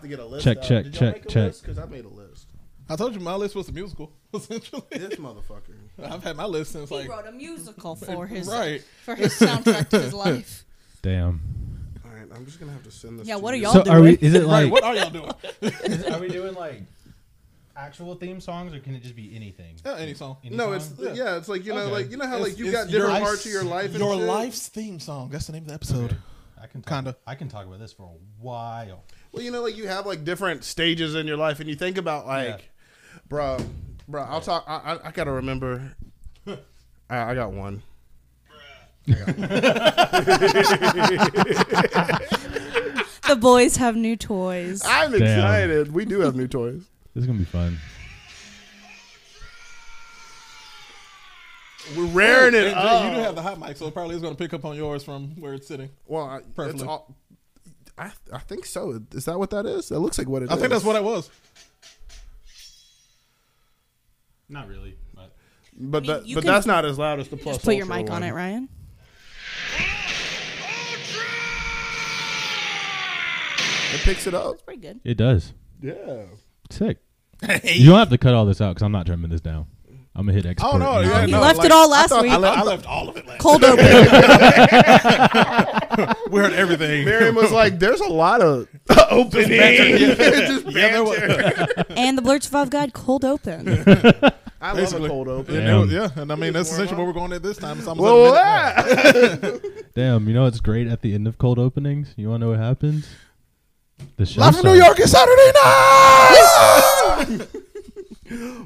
to get a list. Check, out. check, Did y'all check, make a check. Because I made a list. I told you my list was a musical, essentially. This motherfucker. I've had my list since He like wrote a musical for his right. for his soundtrack to his life. Damn. All right, I'm just gonna have to send this. Yeah, to what you. are y'all so doing? are we? Is it right. like? What are y'all doing? Are we doing like actual theme songs, or can it just be anything? Yeah, any song. Any No, song? it's yeah. it's like you know, Okay. like you know how It's- like you it's got different your- parts of your life. And Your shit? life's theme song. That's the name of the episode. Okay. I can talk, Kinda. I can talk about this for a while. Well, you know, like you have like different stages in your life, and you think about like, bruh, bro, I'll talk. I, I, I gotta remember. I, I got one. The boys have new toys. I'm Damn. excited. We do have new toys. This is gonna be fun. We're raring And it Jay, up. you do have the hot mic, so it probably is going to pick up on yours from where it's sitting. well, I, it's Perfectly. all, I I think so. Is that what that is? That looks like what it is. I think that's what it was. Not really, but But I mean, that, you but can- that's not as loud as the plus. Just put your Ultra mic on one. it, Ryan. It picks it up. That's pretty good. It does. Yeah. Sick. You don't have to cut all this out because I'm not trimming this down. I'm gonna hit export. Oh, Oh, no, and- yeah, He no. left like, it all I last thought- week. I left- I left all of it last. Cold open. We heard everything. Miriam was like, "There's a lot of opening." Just yeah, there was, banter. and the Blurt Survive Guide cold open. I love Basically. a cold open. yeah, there was- yeah, and I mean that's essentially where we're going at this time. It's almost Well, a minute. ah! Damn. You know what's great at the end of cold openings? You wanna know what happens? The show. Live from New starts. York is Saturday night.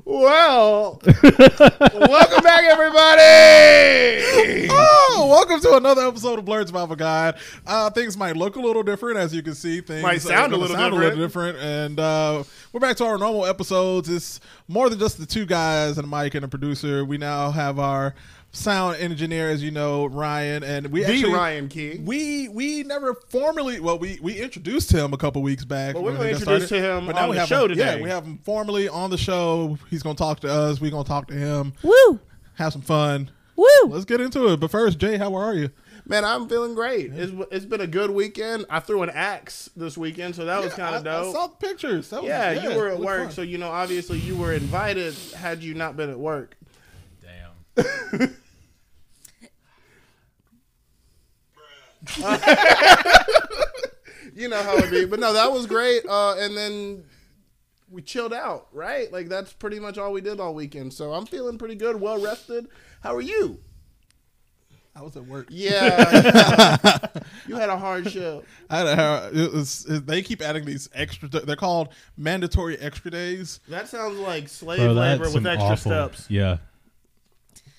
well, welcome back, everybody. oh, welcome to another episode of Blurred Survival Guide. Uh, things might look a little different, as you can see. Things Might are sound a gonna little sound different. a little different, and uh, we're back to our normal episodes. It's more than just the two guys and a mic and a producer. We now have our sound engineer, as you know, Ryan, and we The actually Ryan King. We we never formally well we we introduced him a couple weeks back. Well, we when were we got introduced started. to him But now on we the have show him- today. Yeah, we have him formally on the show. He's gonna talk to us. We're gonna talk to him. Woo! Have some fun. Woo! Let's get into it. But first, Jay, how are you? Man, I'm feeling great. It's, it's been a good weekend. I threw an axe this weekend, so that was kind of I- I dope. saw the pictures. That was- yeah, you were it at looked work, fun. so you know, obviously, you were invited. Had you not been at work, damn. you know how it be. But no, that was great. Uh, and then we chilled out, right? Like that's pretty much all we did all weekend. So I'm feeling pretty good, well rested. How are you? I was at work. Yeah, you had a hard show. I had a, it was, it- they keep adding these extra. They're called mandatory extra days. That sounds like slave Bro, Oh, that's labor with some extra awful- steps. Yeah.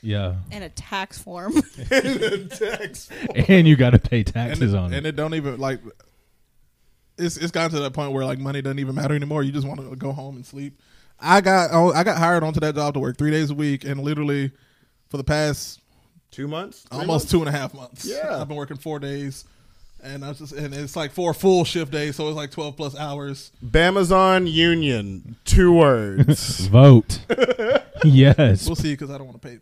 Yeah. And a tax form. and you gotta pay And taxes it, on and it. it don't even like. It's it's gotten to that point where like money doesn't even matter anymore. You just want to go home and sleep. I got oh, I got hired onto that job to work three days a week, and literally for the past Two months, Three almost months? two and a half months. Yeah. I've been working four days, and I was just and it's like four full shift days, so it's like twelve plus hours. Bamazon Union, two words. Vote. yes. We'll see because I don't want to pay.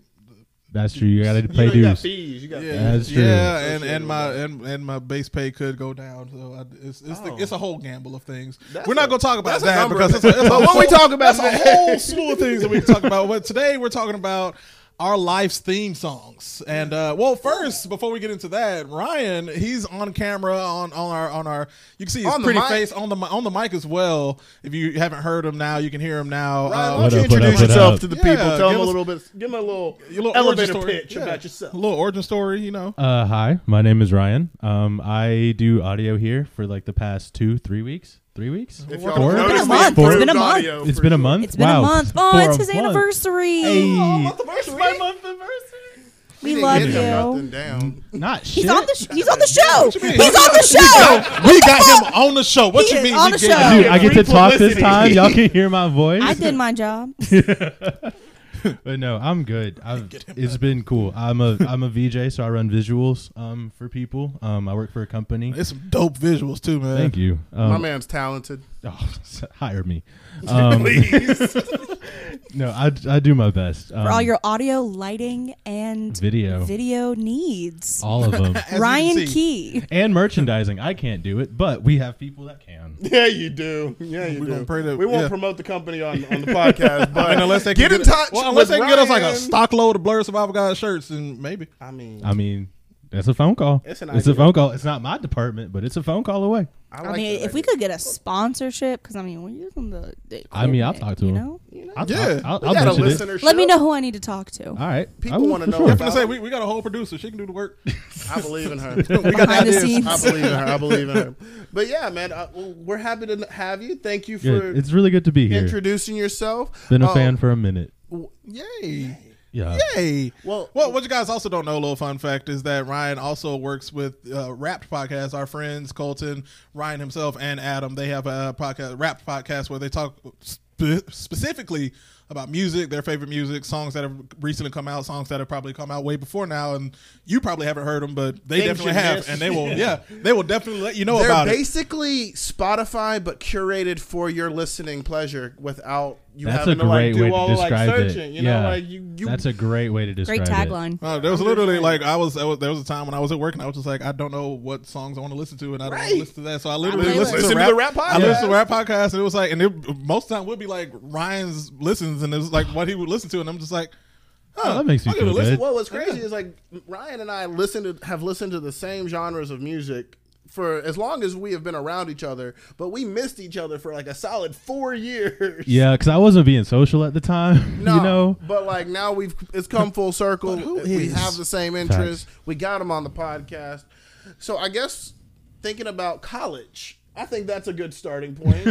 That's true. You gotta pay you, know, you got dues. fees. You got Yeah, fees. That's true. yeah, and, Associated and my and, and my base pay could go down. So I, it's it's, the, it's a whole gamble of things. Oh. That's we're not a- going to talk about that's a that number because of- it's a, it's a But what we whole- talking about That's a today? whole slew of things that we can talk about. But today we're talking about our life's theme songs. And uh, well, first before we get into that, Ryan, he's on camera on on our on our. You can see his On the pretty mic. face on the mi- on the mic as well. If you haven't heard him now, you can hear him Ryan, now. Uh, why don't What you up, what introduce up, what yourself up? to the Yeah, people? Tell give them a us- little bit. Give them a little, your little origin elevator story. pitch Yeah. about yourself. A little origin story, you know. Uh, hi, my name is Ryan. Um, I do audio here for like the past two, three weeks. Three weeks? If Four? y'all noticed, It's been a we month. It's improved been a month. audio It's for been a sure. month. It's been Wow. a month. Oh, For it's a his month. anniversary. Hey. My month We love Get them you. nothing down. Not shit. He's on the sh- he's on the show. you mean? He's on the show. We got him on the show. What He you is mean? on we the get show. Dude, I get to Free talk this publicity. time. Y'all can hear my voice. I did my job. But no, I'm good. I've, it's been cool. I'm a I'm a VJ, so I run visuals um for people. Um, I work for a company. It's some dope visuals too, man. Thank you. Um, My man's talented. oh, hire me. Um, Please. No, I, I do my best. Um, for all your audio, lighting, and video, video needs. all of them, As you Ryan can see. Key. and merchandising. I can't do it, but we have people that can. Yeah, you do. Yeah, you We do. gonna pray to- we won't yeah. promote the company on, on the podcast, but I mean, unless they can get in touch. well, unless with they can get us like a Ryan. stock load of Blur Survival Guide shirts, and maybe I mean, I mean, that's a phone call. It's an a idea. phone call. It's not my department, but it's a phone call away. I, I, like mean, that if we idea. could get a sponsorship, because I mean, we're using the. the I mean, I'll equipment, talk to you him. know? I'll, Yeah. I'll, We I'll, got a I'll mention it. listenership. Let me know who I need to talk to. All right, People I will, wanna for know sure. I'm about- gonna say we, we got a whole producer. She can do the work. I believe in her. We got Behind the ideas. scenes. I believe in her. I believe in her. But yeah, man, uh, well, we're happy to have you. Thank you Yeah, for it's really good to be here. introducing yourself. Been a Uh, fan for a minute. w- Yay! Yeah. Yay! Well- well, what you guys also don't know, a little fun fact is that Ryan also works with uh, Wrapped Podcast. Our friends Colton, Ryan himself, and Adam they have a podcast, Wrapped Podcast, where they talk spe- specifically about music, their favorite music, songs that have recently come out, songs that have probably come out way before now, and you probably haven't heard them, but they Things definitely you have, missed. and they will, yeah, they will definitely let you know They're about it. basically Spotify, but curated for your listening pleasure without you That's a having to great like way do to all the like describe it. searching. You know, yeah. like you, you That's a great way to describe Great it. tagline. Uh, there was literally like I was, I was- there was a time when I was at work and I was just like I don't know what songs I want to listen to and I don't want to Right. listen to that so I literally Listen listened to to, the rap, rap I listened podcast. to rap podcast and it was like and it most of the time would be like Ryan's listens and it was like what he would listen to and I'm just like huh, Oh, that makes you I'll give it a feel listen. good. Well, what's crazy is like Ryan and I listen to have listened to the same genres of music for as long as we have been around each other, but we missed each other for like a solid four years. Yeah, because I wasn't being social at the time. No, you know, but like now we've it's come full circle. we have the same interests. We got him on the podcast, so I guess thinking about college, I think that's a good starting point.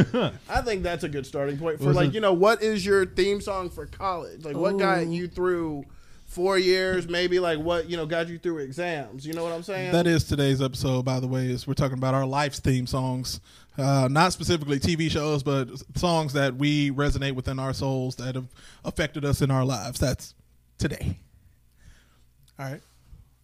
I think that's a good starting point for like you know what is your theme song for college? Like what got you through four years? Maybe like what you know got you through exams? You know what I'm saying? That is today's episode, by the way. Is we're talking about our life's theme songs, uh, not specifically TV shows, but songs that we resonate within our souls that have affected us in our lives. That's today. All right.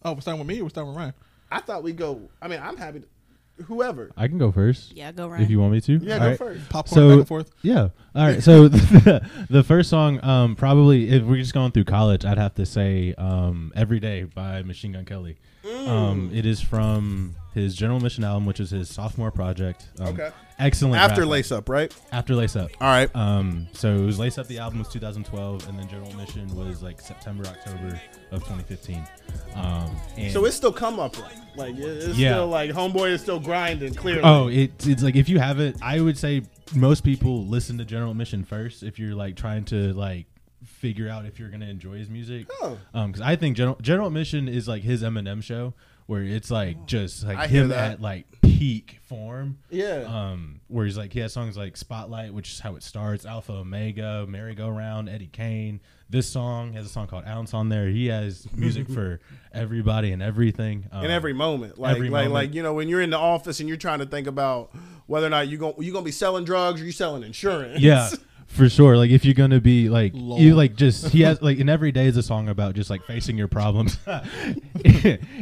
Oh, we're starting with me. or We're starting with Ryan. I thought we go. I mean, I'm happy. To, whoever. I can go first Yeah, go if Ryan. you want me to. Yeah, All go right. first. Popcorn back and forth. Yeah. All right. So the first song, um, probably if we're just going through college, I'd have to say um, "Every Day" by Machine Gun Kelly. Mm. Um, it is from his General Mission album, which is his sophomore project. Um, Okay. Excellent. After rap- lace up, right? After lace up. All right. Um, so it was Lace Up the album was 2012, and then General Mission was like September, October of 2015. Um, and So it's still come up like, like it- it's Yeah. still like homeboy is still grinding clearly. oh, it, it's like if you have it, I would say most people listen to General Mission first if you're like trying to like figure out if you're gonna enjoy his music. Oh. because I think General General Mission is like his Eminem show where it's like just like Oh, I hear him that. at like peak form. Yeah. Um, where he's like he has songs like Spotlight, which is how it starts, Alpha Omega, Merry Go Round, Eddie Kane. This song has a song called Ounce on there. He has music for everybody and everything. Um, in every moment. Like every like moment. like you know when you're in the office and you're trying to think about whether or not you going you gonna be selling drugs or you selling insurance. Yeah, for sure. Like if you're gonna be like you like just he has like in every day is a song about just like facing your problems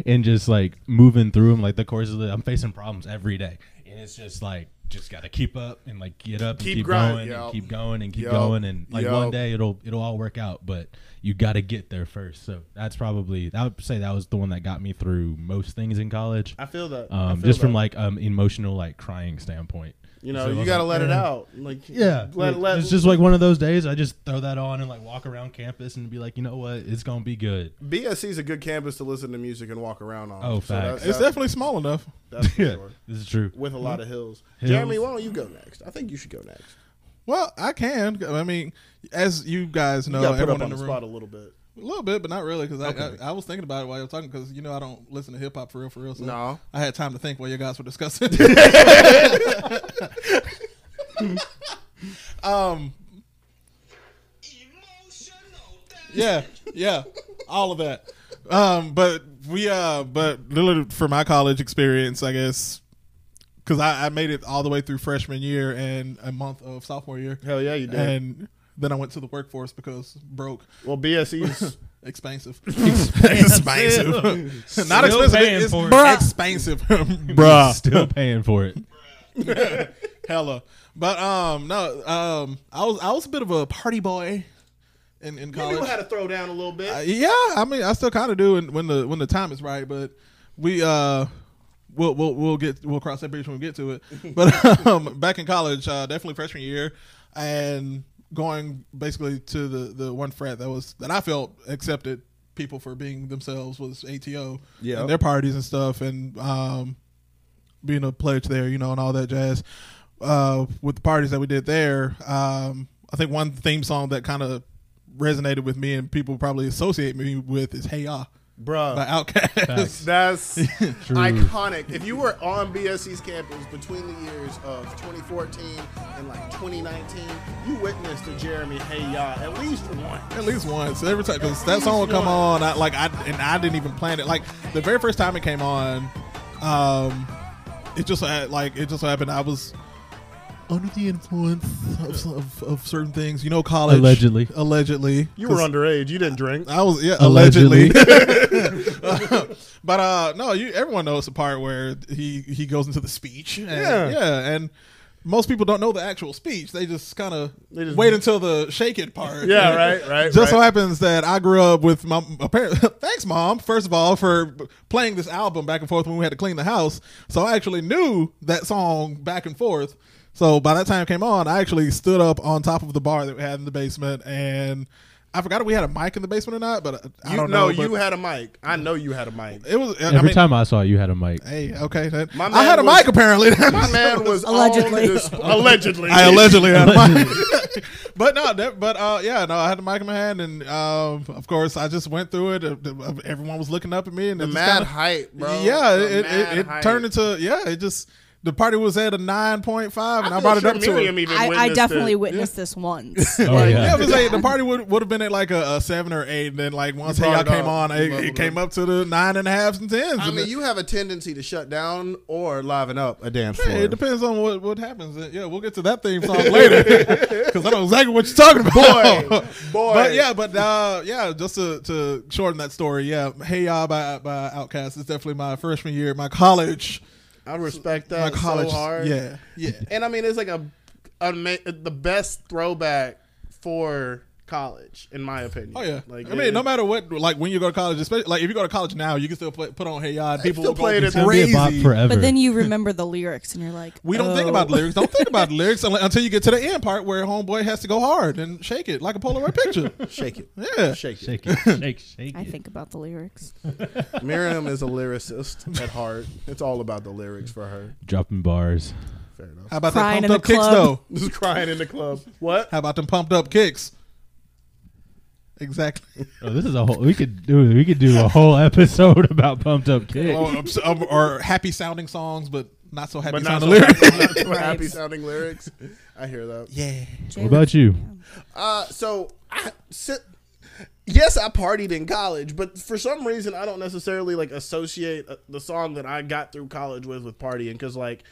and just like moving through them. Like the course of the I'm facing problems every day, and it's just like just gotta keep up and like get up and Keep keep grinding, going yo. and keep going and keep Yo. going and like Yo. one day it'll it'll all work out, but you gotta get there first. So that's probably I would say that was the one that got me through most things in college. I feel that. I um, feel just from that. like um emotional like crying standpoint. you know So I you was gotta like, let it "Eh." out. Like Yeah, let like, let it's just like one of those days. I just throw that on and like walk around campus and be like, you know what, it's gonna be good. BSC is a good campus to listen to music and walk around on. uh, Oh, that- facts. It's that- definitely small enough. that's for sure. this is true. With a lot of hills. Hills. Jeremy, why don't you go next? I think you should go next. Well, I can. I mean, as you guys know, Oh, You gotta put everyone up on in the the spot a room, little bit. a little bit, but not really, because I, I, I was thinking about it while you were talking, because you know I don't listen to hip hop for real, for real. So No. I had time to think while you guys were discussing. um, yeah, yeah, all of that. Um, but we uh, but literally for my college experience, I guess, because I, I made it all the way through freshman year and a month of sophomore year. Hell yeah, you did. And then I went to the workforce because broke, well, BSC's expensive, expensive, not Still expensive, paying it's for it. bruh. expensive, bruh. Still paying for it. hella. But um, no, um, I was I was a bit of a party boy in in You knew college. how to throw down a little bit. Uh, yeah, I mean, I still kind of do, and when the when the time is right, but we uh. We'll, we'll we'll get we'll cross that bridge when we get to it. But um, back in college, uh, definitely freshman year, and going basically to the, the one frat that was that I felt accepted people for being themselves was ATO Yeah. and their parties and stuff, and um, being a pledge there, you know, and all that jazz. Uh, with the parties that we did there, um, I think one theme song that kind of resonated with me and people probably associate me with is "Hey Ya" Bruh. by Outkast. That's iconic. If you were on BSC's campus between the years of 2014 and like 2019, you witnessed a Jeremy Hey Ya at least one. At least once, every time, because that song would come on. I, like I and I didn't even plan it. Like the very first time it came on, um, it just had- like it just happened. I was under the influence of, of, of certain things, you know, college Allegedly. allegedly. 'Cause underage. You didn't drink. I was yeah Allegedly. allegedly. but uh no, you everyone knows the part where he he goes into the speech. And, Yeah. yeah, and most people don't know the actual speech. They just kind of They just- wait until the shake it part. Yeah, right, right. Just so right. happens that I grew up with my parents. Thanks, mom. First of all, for b- playing this album back and forth when we had to clean the house. So I actually knew that song back and forth. So by that time it came on, I actually stood up on top of the bar that we had in the basement, and I forgot if we had a mic in the basement or not. But I you don't know, know. you but had a mic. I know you had a mic. it was I Every mean, time I saw it, you had a mic. Hey, okay. that- My I had a man was- mic apparently. My man was Allegedly. on this- allegedly. I allegedly had a mic. but no, that, but uh, yeah, no, I had the mic in my hand, and um, of course, I just went through it. Uh, uh, Everyone was looking up at me, and the it just mad kinda- hype, bro. Yeah, The it, mad it, it hype. turned into yeah. It just the party was at a nine point five, and I, feel brought it sure up to her. Miriam even I, I witnessed it. definitely witnessed this once. Oh, Like, yeah, yeah. it was like the party would would have been at like a, a seven or eight, and then like once brought y'all it came up. on, You it, leveled it came up to the nine and a halves and tens. I and mean, it- you have a tendency to shut down or liven up a dance Hey, floor. it depends on what, what happens. Uh, Yeah, we'll get to that theme song later because I know exactly what you're talking about. Boy, boy. But yeah, but uh, yeah, just to, to shorten that story, yeah, Hey Y'all by, by Outcast is definitely my freshman year, my college. I respect My that college. so hard. Yeah, yeah. and I mean, it's like a, a ma- the best throwback for college, in my opinion. Oh yeah, like I mean, no matter what, like when you go to college, especially like if you go to college now, you can still play, put on Hey Y'all. and People still will go play it at It's gonna be a bop crazy. forever. but then you remember the lyrics and you're like, We don't think oh. about lyrics. Don't think about lyrics unle- until you get to the end part where homeboy has to go hard and shake it like a Polaroid picture. shake it, Yeah, shake it. shake it, shake, shake I it. think about the lyrics. Miriam is a lyricist at heart. It's all about the lyrics for her. Dropping bars. Fair enough. How about them Crying pumped in the up kicks club. though? Just crying in the club. What? How about them pumped up kicks? Exactly. Oh, this is a whole. We could do. We could do a whole episode about pumped up kick. or, or- or happy sounding songs, but not so happy But not sounding so lyrics. happy, happy Vibes. sounding lyrics. I hear that. Yeah. What about you? Uh, so I sit. Yes, I partied in college, but for some reason I don't necessarily like associate uh, the song that I got through college with with partying because like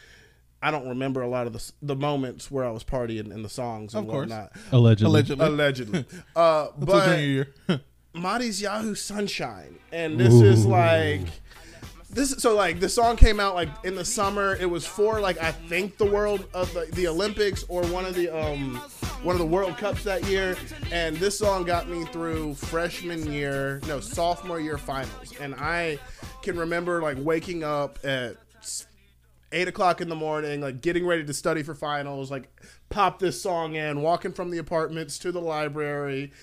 I don't remember a lot of the s- the moments where I was partying and the songs and Of course. whatnot. Allegedly. Allegedly. Allegedly, uh, Till but junior year. Marty's Yahoo Sunshine, and this is like this. So like the song came out like in the summer. It was for like I think the world of the, the Olympics or one of the um one of the World Cups that year. And this song got me through freshman year, no sophomore year finals. And I can remember like waking up at s- eight o'clock in the morning, like getting ready to study for finals, like pop this song in, walking from the apartments to the library,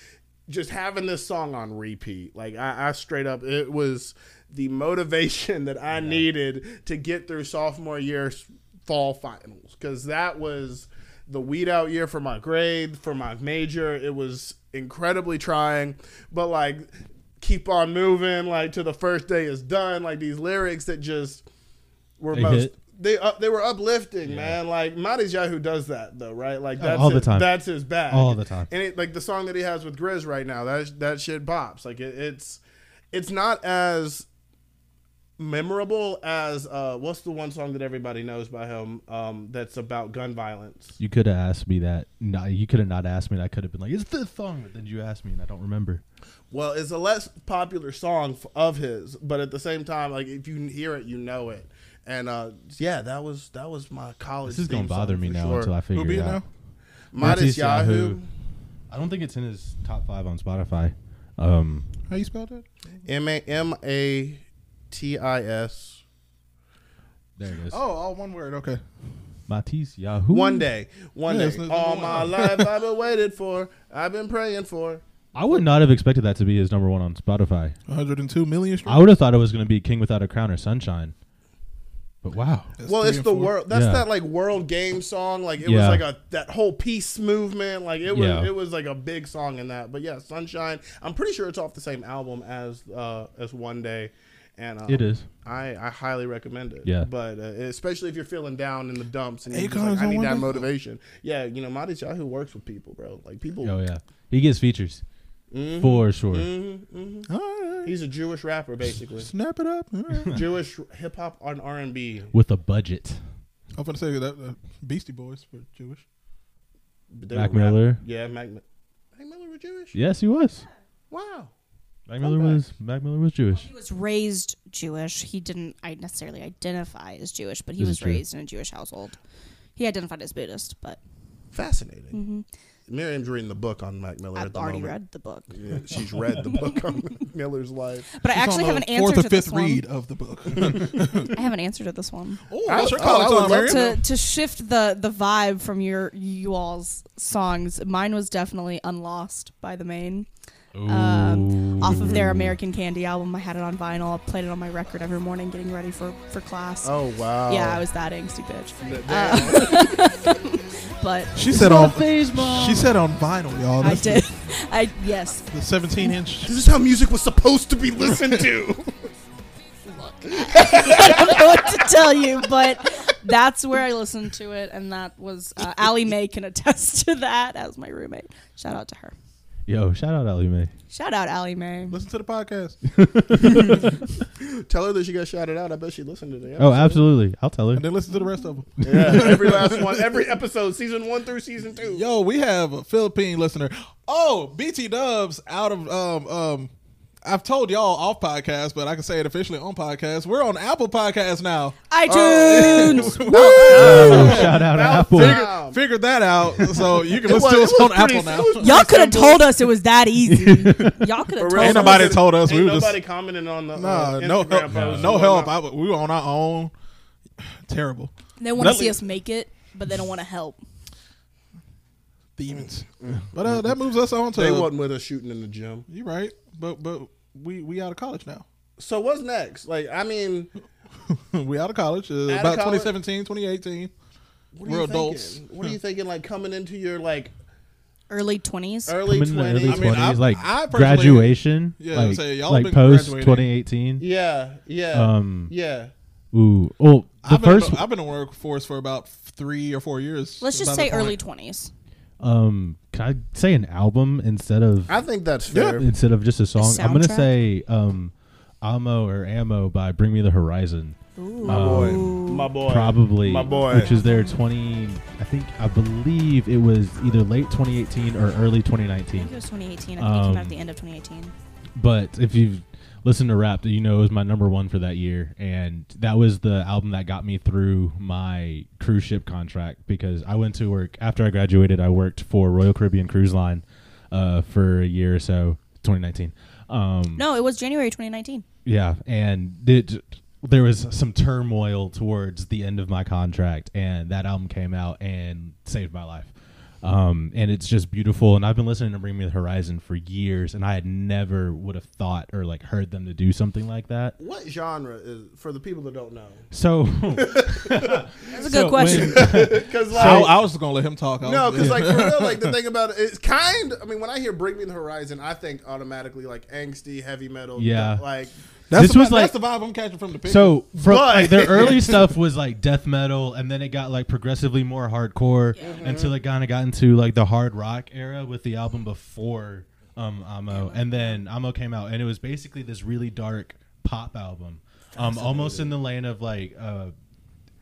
just having this song on repeat. Like I, I straight up, it was the motivation that I needed to get through sophomore year s- fall finals because that was the weed out year for my grade for my major. It was incredibly trying, but like keep on moving like to the first day is done like these lyrics that just were They most hit. they up they were uplifting, man. Like Maddie's Yahoo does that though, right? Like that's all the his- time. That's his bag. All the time. And it, like the song that he has with Grizz right now, that that shit pops. Like it, it's it's not as memorable as uh what's the one song that everybody knows by him um that's about gun violence. You could have asked me that. No, you could have not asked me. And I could have been like, "It's the song," but then you asked me, and I don't remember. Well, it's a less popular song f- of his, but at the same time, like if you hear it, you know it. And uh, yeah, that was that was my college. This is gonna theme song bother me for now sure. until I figure Who be it it out. now? Modest Matisse Yahoo. Yahoo. I don't think it's in his top five on Spotify. Um, How you spell that? M A M A T I S. there it is. Oh, all one word. Okay. Matisse Yahoo. One day, one Yeah, it's day, number all one. my life I've been waiting for, I've been praying for. I would not have expected that to be his number one on Spotify. 102 million I would have thought it was going to be King Without a Crown or Sunshine. But wow. well, it's the world. That's Yeah. that like world game song. Like it Yeah. was like a that whole peace movement. Like it was Yeah. it was like a big song in that. But yeah, sunshine. I'm pretty sure it's off the same album as uh as one day. And um, It is. I, I highly recommend it. Yeah. But uh, especially if you're feeling down in the dumps and you're just Akon's like, I on need One that Day? motivation. Yeah, you know, Marty Yahoo works with people, bro. Like people. Oh, yeah. He gets features. Mm-hmm. For sure. All right. He's a Jewish rapper, basically. Snap it up. All right. Jewish hip hop and R and B. With a budget. I'm going to say that uh, Beastie Boys were Jewish. Mac Miller? Yeah, Mac. Mi- Mac Miller was Jewish. Yes, he was. Wow. Mac Miller was Mac Miller was Jewish. He was raised Jewish. He didn't I necessarily identify as Jewish, but he This is was true. raised in a Jewish household. He identified as Buddhist, but Fascinating. Miriam's reading the book on Mac Miller at Mm-hmm. I've the already moment. read the book. Yeah, she's read the book on Mac Miller's life. But I It's actually on have an the answer Fourth or to fifth this read of the book. one. I have an answer to this one. oh, I- what's your oh, college I would love on, Mary? to to shift the the vibe from your you all's songs, mine was definitely "Unlost" by the Maine, um, off of their Mm. American Candy album. I had it on vinyl. I played it on my record every morning, getting ready for for class. Oh wow. Yeah, I was uh, that angsty bitch. Damn. But She said on She said on vinyl, y'all. I That's did. I yes. The 17 inch. this is how music was supposed to be listened to. I don't know what to tell you, but that's where I listened to it, and that was uh, Allie Mae can attest to that as my roommate. Shout out to her. Yo, shout out Ali May. Shout out Allie Mae. Oh. Listen to the podcast. Tell her that she got shouted out. I bet she listened to the Oh, episode. absolutely. I'll tell her. And then listen to the rest of them. Yeah, every last one, every episode, season one through season two. Yo, we have a Philippine listener. Oh, BT Dubs out of um um. I've told y'all off podcast, but I can say it officially on podcast. We're on Apple Podcast now. iTunes. Oh, shout out About Apple. time. Figured that out, so you can It listen was- to it us was on pretty- Apple now. it was Y'all could have pretty simple. told us it was that easy. Y'all could have told real. Ain't us. nobody told us. Ain't We were just- nobody commenting on the Nah, uh, no, Instagram help, posts no and help. whatnot. I, we were on our own. Terrible They want to Nothing. see us make it, but they don't want to help. demons. But uh, that moves us on to. Mm. They wasn't with us shooting in the gym. you right, but but we we out of college now. So what's next? Like, I mean, we out of college. Uh, of about college? 2017, 2018. what are We're you adults. Thinking? What are you thinking? Like coming into your like Early twenties. early Coming in the early twenties. I mean, 20s, I- like I personally- graduation, Yeah, I like, would say y'all like been post graduating. 2018. yeah, yeah, Um, yeah. ooh, oh, the I've first been, I've been in workforce for about three or four years. Let's By just the say point- early twenties. um can I say an album instead of I think that's fair. instead of just a song? I'm gonna soundtrack? say um Amo or Ammo by Bring Me the Horizon. My boy, Oh. my boy, Probably my boy. which is their twenty I think I believe it was either late twenty eighteen or early twenty I nineteen. think it was 2018. I think it came out Um, at the end of 2018. But if you've listened to rap, you know it was my number one for that year, and that was the album that got me through my cruise ship contract because I went to work after I graduated. I worked for Royal Caribbean Cruise Line uh, for a year or so, 2019. Um, No, it was January 2019. yeah, and it, there was some turmoil towards the end of my contract, and that album came out and saved my life. Um, and it's just beautiful, and I've been listening to Bring Me the Horizon for years, and I had never would have thought or like heard them to do something like that. What genre is for the people that don't know? So That's a good so question. when- Because like, I, I was just gonna let him talk. I No, was- because like for real, like the thing about it, it's kind. I mean, when I hear "Bring Me the Horizon," I think automatically like angsty heavy metal. Yeah. like that's this the, was vi- like that's the vibe I'm catching from the picture. so from But- like, their early stuff was like death metal, and then it got like progressively more hardcore until it kind of got into like the hard rock era with the album before um Amo, and then Amo came out, and it was basically this really dark pop album, um almost in the lane of like uh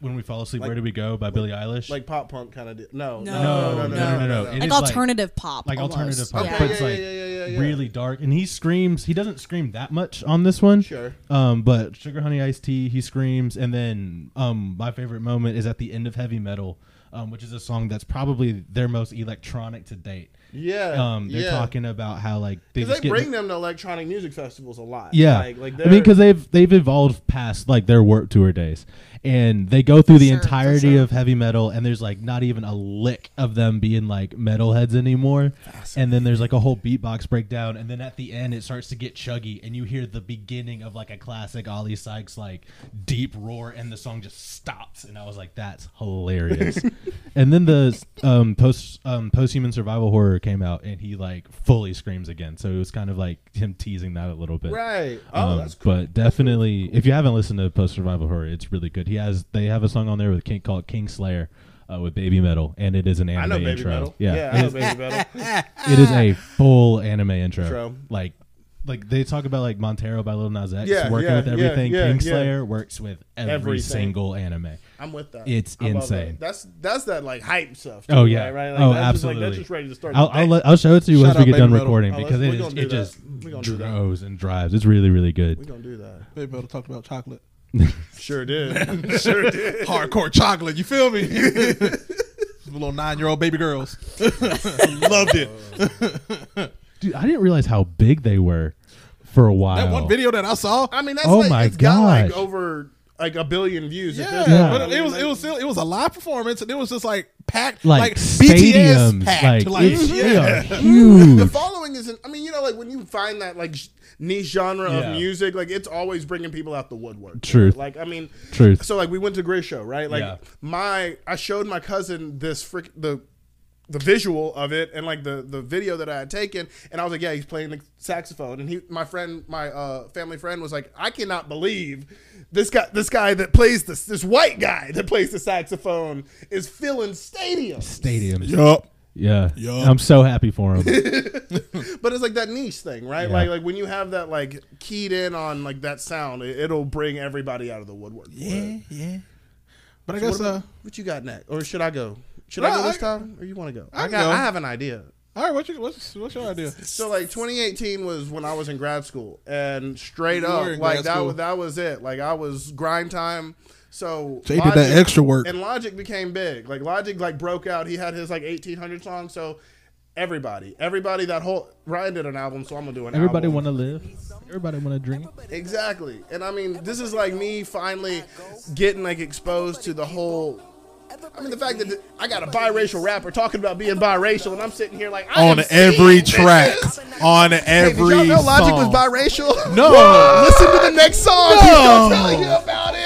When We Fall Asleep, Where Do We Go by Billie Eilish. like pop punk kind of. Di- no, No. no, no, no, no, no. It like is like- alternative pop. like almost. alternative pop, Okay, but it's yeah, like yeah, yeah, yeah, yeah. really dark. And he screams. He doesn't scream that much on this one. Sure. Um, but Sugar Honey Iced Tea, he screams, and then um, my favorite moment is at the end of Heavy Metal, um, which is a song that's probably their most electronic to date. Yeah, Um, they're yeah. talking about how like they 'Cause just they get bring them to electronic music festivals a lot. yeah, like, like I mean, they're- because they've they've evolved past like their work tour days, and they go through the Sure, for entirety sure. of heavy metal, and there's like not even a lick of them being like metalheads anymore. And then there's like a whole beatbox breakdown, and then at the end it starts to get chuggy, and you hear the beginning of like a classic Ollie Sykes like deep roar, and the song just stops, and I was like, that's hilarious. and then the um, post um, post human survival horror came out, and he like fully screams again, so it was kind of like him teasing that a little bit. right. Oh, Um, that's cool. But definitely, if you haven't listened to Post Survival Horror, it's really good. He has they have a song on there with King called King Slayer uh, with Baby Metal, and it is an I anime know baby intro. metal. Yeah, I it, know is, baby metal. it is a full anime intro. Intro. Like, like they talk about like Montero by Lil Nas X Yeah, working yeah, with yeah, everything. yeah, King yeah. Slayer works with every Everything. single anime. I'm with that. It's I love that. insane. That's that's that like hype stuff. too, Oh yeah, right. right? Like, oh that's Just, absolutely. like, that's just ready to start. I'll the I'll, day. let, I'll show it to you Shout once out we get Baby done Metal. recording Oh, let's- because we it gonna is, do it that. just We gonna do that. droves and drives. It's really really We good. gonna do that. Baby Metal talked about chocolate. Sure did. sure did. Hardcore chocolate, you feel me? Little nine year old baby girls. Loved it. Dude, I didn't realize how big they were for a while. That one video that I saw. I mean, that's Oh like, my it's got like gosh. over like a billion views. at Yeah, this point. but I it mean, was like, it was still, it was a live performance and it was just like packed like, like, stadiums, BTS packed like, like, it's, yeah. they are The huge. following isn't. I mean, you know, like when you find that like sh- niche genre Yeah. of music, like it's always bringing people out the woodwork. Truth. Like I mean, Truth. So like we went to Gris show, right? Like Yeah. my, I showed my cousin this frick the. The visual of it and like the the video that I had taken, and I was like, "Yeah, he's playing the saxophone." And he, my friend, my uh, family friend, was like, "I cannot believe this guy, this guy that plays this, this white guy that plays the saxophone is filling stadiums." Stadiums. Yup. Yeah. Yup. I'm so happy for them. But it's like that niche thing, right? Yeah. Like like when you have that like keyed in on like that sound, it, it'll bring everybody out of the woodwork. Yeah, yeah. But I What, guess about- uh what you got next, or should I go? Should No, I go this I- time, or you want to go? I I, can got. go. I have an idea. all right, what's your, what's what's your idea? So like 2018 was when I was in grad school, and straight You were up in like grad that school. was that was it. Like I was grind time. So Jay did that extra work. and Logic became big. Like Logic like broke out. He had his like 1800 song. So everybody, everybody that whole Ryan did an album, so I'm gonna do an. Everybody album. want to live. Everybody want to dream. Exactly. And I mean, this is like me finally getting like exposed to the whole. I mean, the fact that I got a biracial rapper talking about being biracial, and I'm sitting here like I on have every seen this. track, on Hey, did every y'all know Logic song. was biracial? No. Whoa, Listen to the next song. He's No. gonna tell you about it.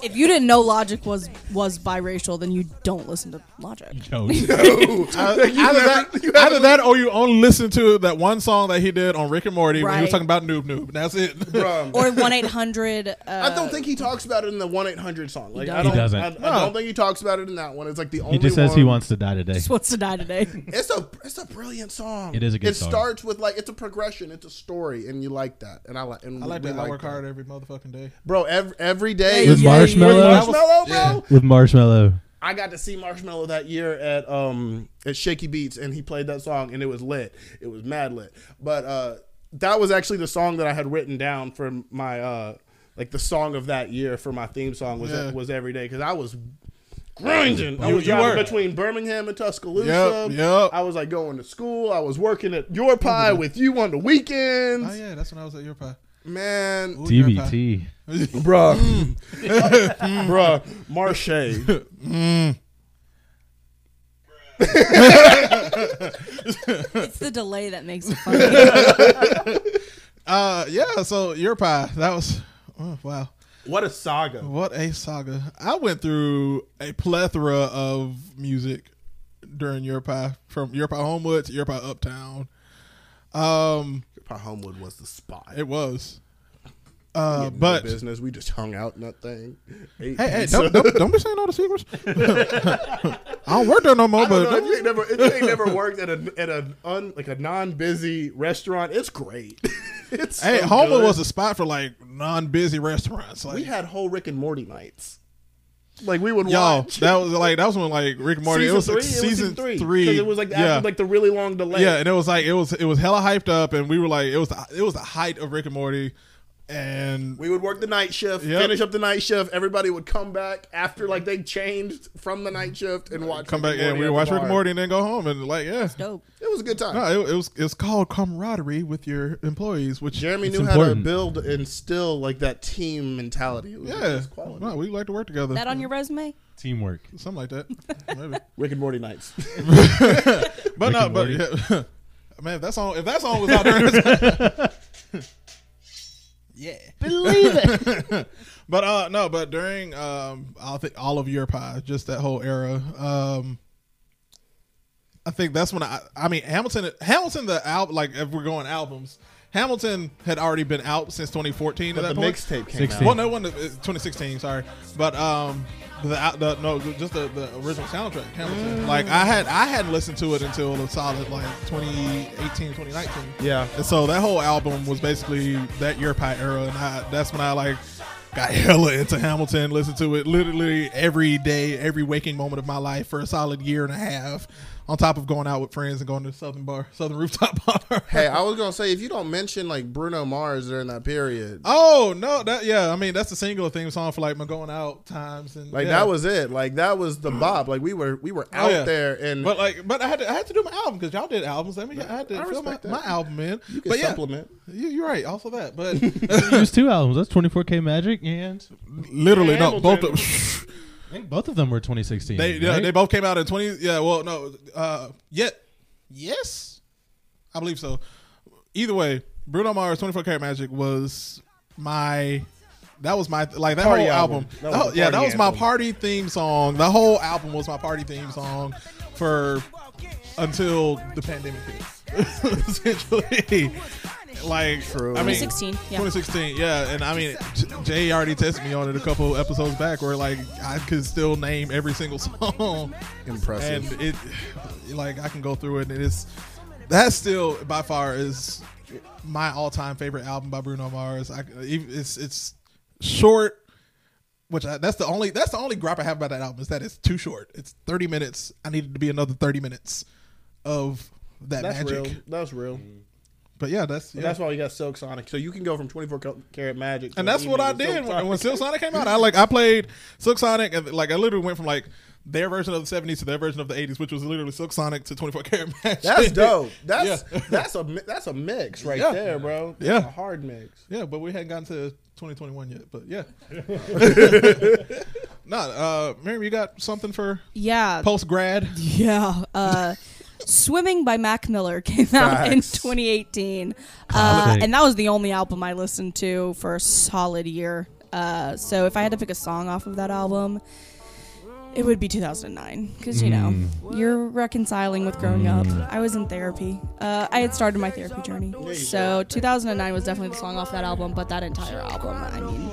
If you didn't know Logic was was biracial, then you don't listen to Logic. Yo, Either that, either that, or you only listen to that one song that he did on Rick and Morty when he was Right. talking about Noob Noob. That's it. Bruh. Or one eight hundred. I don't think he talks about it in the one eight hundred song. Like I He don't, doesn't. I, I don't think he talks about it in that one. It's like the only. he just says he one- wants to die today. just wants uh, to die today. It's a it's a brilliant song. It is a good it song. It starts with like it's a progression, it's a story, and you like that. And I like and I like we that. I work that. hard every motherfucking day. Oh, bro. Every, every day With Yeah, yeah, marshmallow. yeah. Marshmallow, bro. Yeah. With marshmallow. I got to see Marshmallow that year at um at Shaky Beats, and he played that song, and it was lit. It was mad lit. But uh, that was actually the song that I had written down for my uh like the song of that year for my theme song was Yeah. was every day because I was. Grinding. I You- was you driving were. between Birmingham and Tuscaloosa. Yep, yep. I was like going to school. I was working at Your Pie with you on the weekends. Oh yeah, that's when I was at your pie. Man, Ooh, your pie. DBT. bruh, bruh, Marche. It's the delay that makes it funny. Uh, yeah. So your pie. That was oh, wow. What a saga! What a saga. I went through a plethora of music during your pie from your pie homewood to your pie uptown. Um, Homewood was the spot. it was. Uh, but business, we just hung out, nothing. Hey, Hey, hey, don't, don't, don't be saying all the secrets. I don't work there no more, I don't but know, if you ain't never, if you ain't never worked at a at a un, like a non busy restaurant, it's great. it's hey, so Homer good. was a spot for like non busy restaurants. Like, we had whole Rick and Morty nights. Like we would Y'all, watch. that was like that was when like Rick and Morty. it was like season three. Because it was like the, yeah. after, like the really long delay. yeah, and it was like it was it was hella hyped up, and we were like it was the, it was the height of Rick and Morty, and We would work the night shift, Yep. finish up the night shift. Everybody would come back after like they changed from the night shift and watch. come Rick back and Morty we at would the watch Rick bar. and Morty, and then go home and like yeah, Dope. It was a good time. no, it, it was it's called camaraderie with your employees, which Jeremy It's knew important. how to build and instill like that team mentality. It was, it yeah, was quality. no, we like to work together, That on your resume? Teamwork. something like that, maybe. Rick and Morty nights. But no, and but yeah. man, if that song if that song was out there, yeah, believe it. but uh, no, but during um, I think all of Europe, Pie, just that whole era, um. I think that's when I. I mean, Hamilton. Hamilton, the album. Like, if we're going albums, Hamilton had already been out since 2014. at but that the point. mixtape came Sixteen. out. Well, no, one uh, 2016. Sorry, but um, the, out- the no, just the, the original soundtrack. Hamilton. Like I had I hadn't listened to it until a solid like 2018, 2019. Yeah. And so that whole album was basically that Europe era, and I, that's when I like got hella into Hamilton. Listened to it literally every day, every waking moment of my life for a solid year and a half. On top of going out with friends and going to Southern Bar, Southern Rooftop Bar. Hey, I was gonna say if you don't mention like Bruno Mars during that period, Oh no, that yeah. I mean, that's the singular theme song for like my going out times and like yeah. that was it. Like that was the bob. Like we were we were Oh, out yeah. there and But like, but I had to I had to do my album because y'all did albums. I mean, I had to I fill my, respect that. my album in. you could but yeah, supplement. you, you're right. Also that, but It was two albums. That's 24K Magic and literally no. Both Hamilton. of, I think both of them were 2016. they yeah, right? they both came out in 20. Yeah, well no, uh, yet yes, I believe so. Either way, Bruno Mars 24 Karat Magic was my. That was my like that Party whole album. album. That That- was the yeah, party that was my anthem. party theme song. The whole album was my party theme song for until the pandemic hit. Essentially, like True. I mean, 2016, yeah. 2016, yeah. And I mean, J- Jay already tested me on it a couple episodes back, where like I could still name every single song, Impressive. and it like I can go through it, and it's that still by far is my all-time favorite album by Bruno Mars. I, e, it's it's short which I, that's the only that's the only gripe I have about that album is that it's too short. It's thirty minutes. I needed to be another thirty minutes of that That's magic. Mm. real. That's real. But yeah, that's yeah. That's why we got Silk Sonic. So you can go from 24 cal- karat magic. to and that's an what I email to did Silk when, Sonic. when Silk Sonic came out. I like I played Silk Sonic and like I literally went from like their version of the seventies to their version of the eighties, which was literally Silk Sonic to twenty four karat magic. That's dope. That's Yeah. that's a mi- that's a mix right Yeah. there, bro. That's Yeah. a hard mix. Yeah, but we hadn't gotten to 2021 yet. But yeah, not uh, Miriam. You got something for Yeah. post grad? Yeah. Uh, Swimming by Mac Miller came out in 2018. Uh, Classic. and that was the only album I listened to for a solid year. Uh, so if I had to pick a song off of that album, it would be 2009. Because, you know, you're reconciling with growing up. I was in therapy. Uh, I had started my therapy journey. So 2009 was definitely the song off that album, but that entire album, I mean.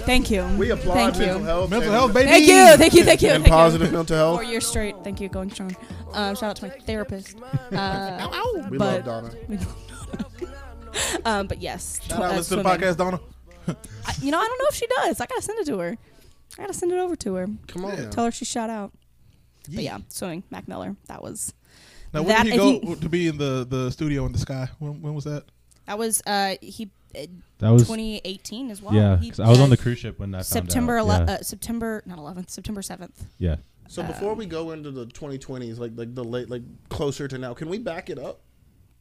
Thank you. We applaud Thank mental you. health. Mental and- health, baby. Thank you, thank you, thank you. And thank you. positive mental Four health. years straight. Thank you, going strong. Um, shout out to my therapist. Uh, We love but- Donna. um, but yes, tw- Shout out, uh, listen to the swimming. podcast, Donna. I- you know, I don't know if she does. I gotta send it to her. I gotta send it over to her. Come on. now. Tell her she shout out. But yeah, swimming. Mac Miller. That was Now, when That did he go and he- to be in the, the studio in the sky? When, when was that? that was uh he. Uh, That was 2018 as well. yeah. He, 'cause I was uh, on the cruise ship when I found September uh, out. 11th, uh, September not 11th, September 7th. Yeah. yeah. So before we go into the 2020s, like like the late, like closer to now, can we back it up?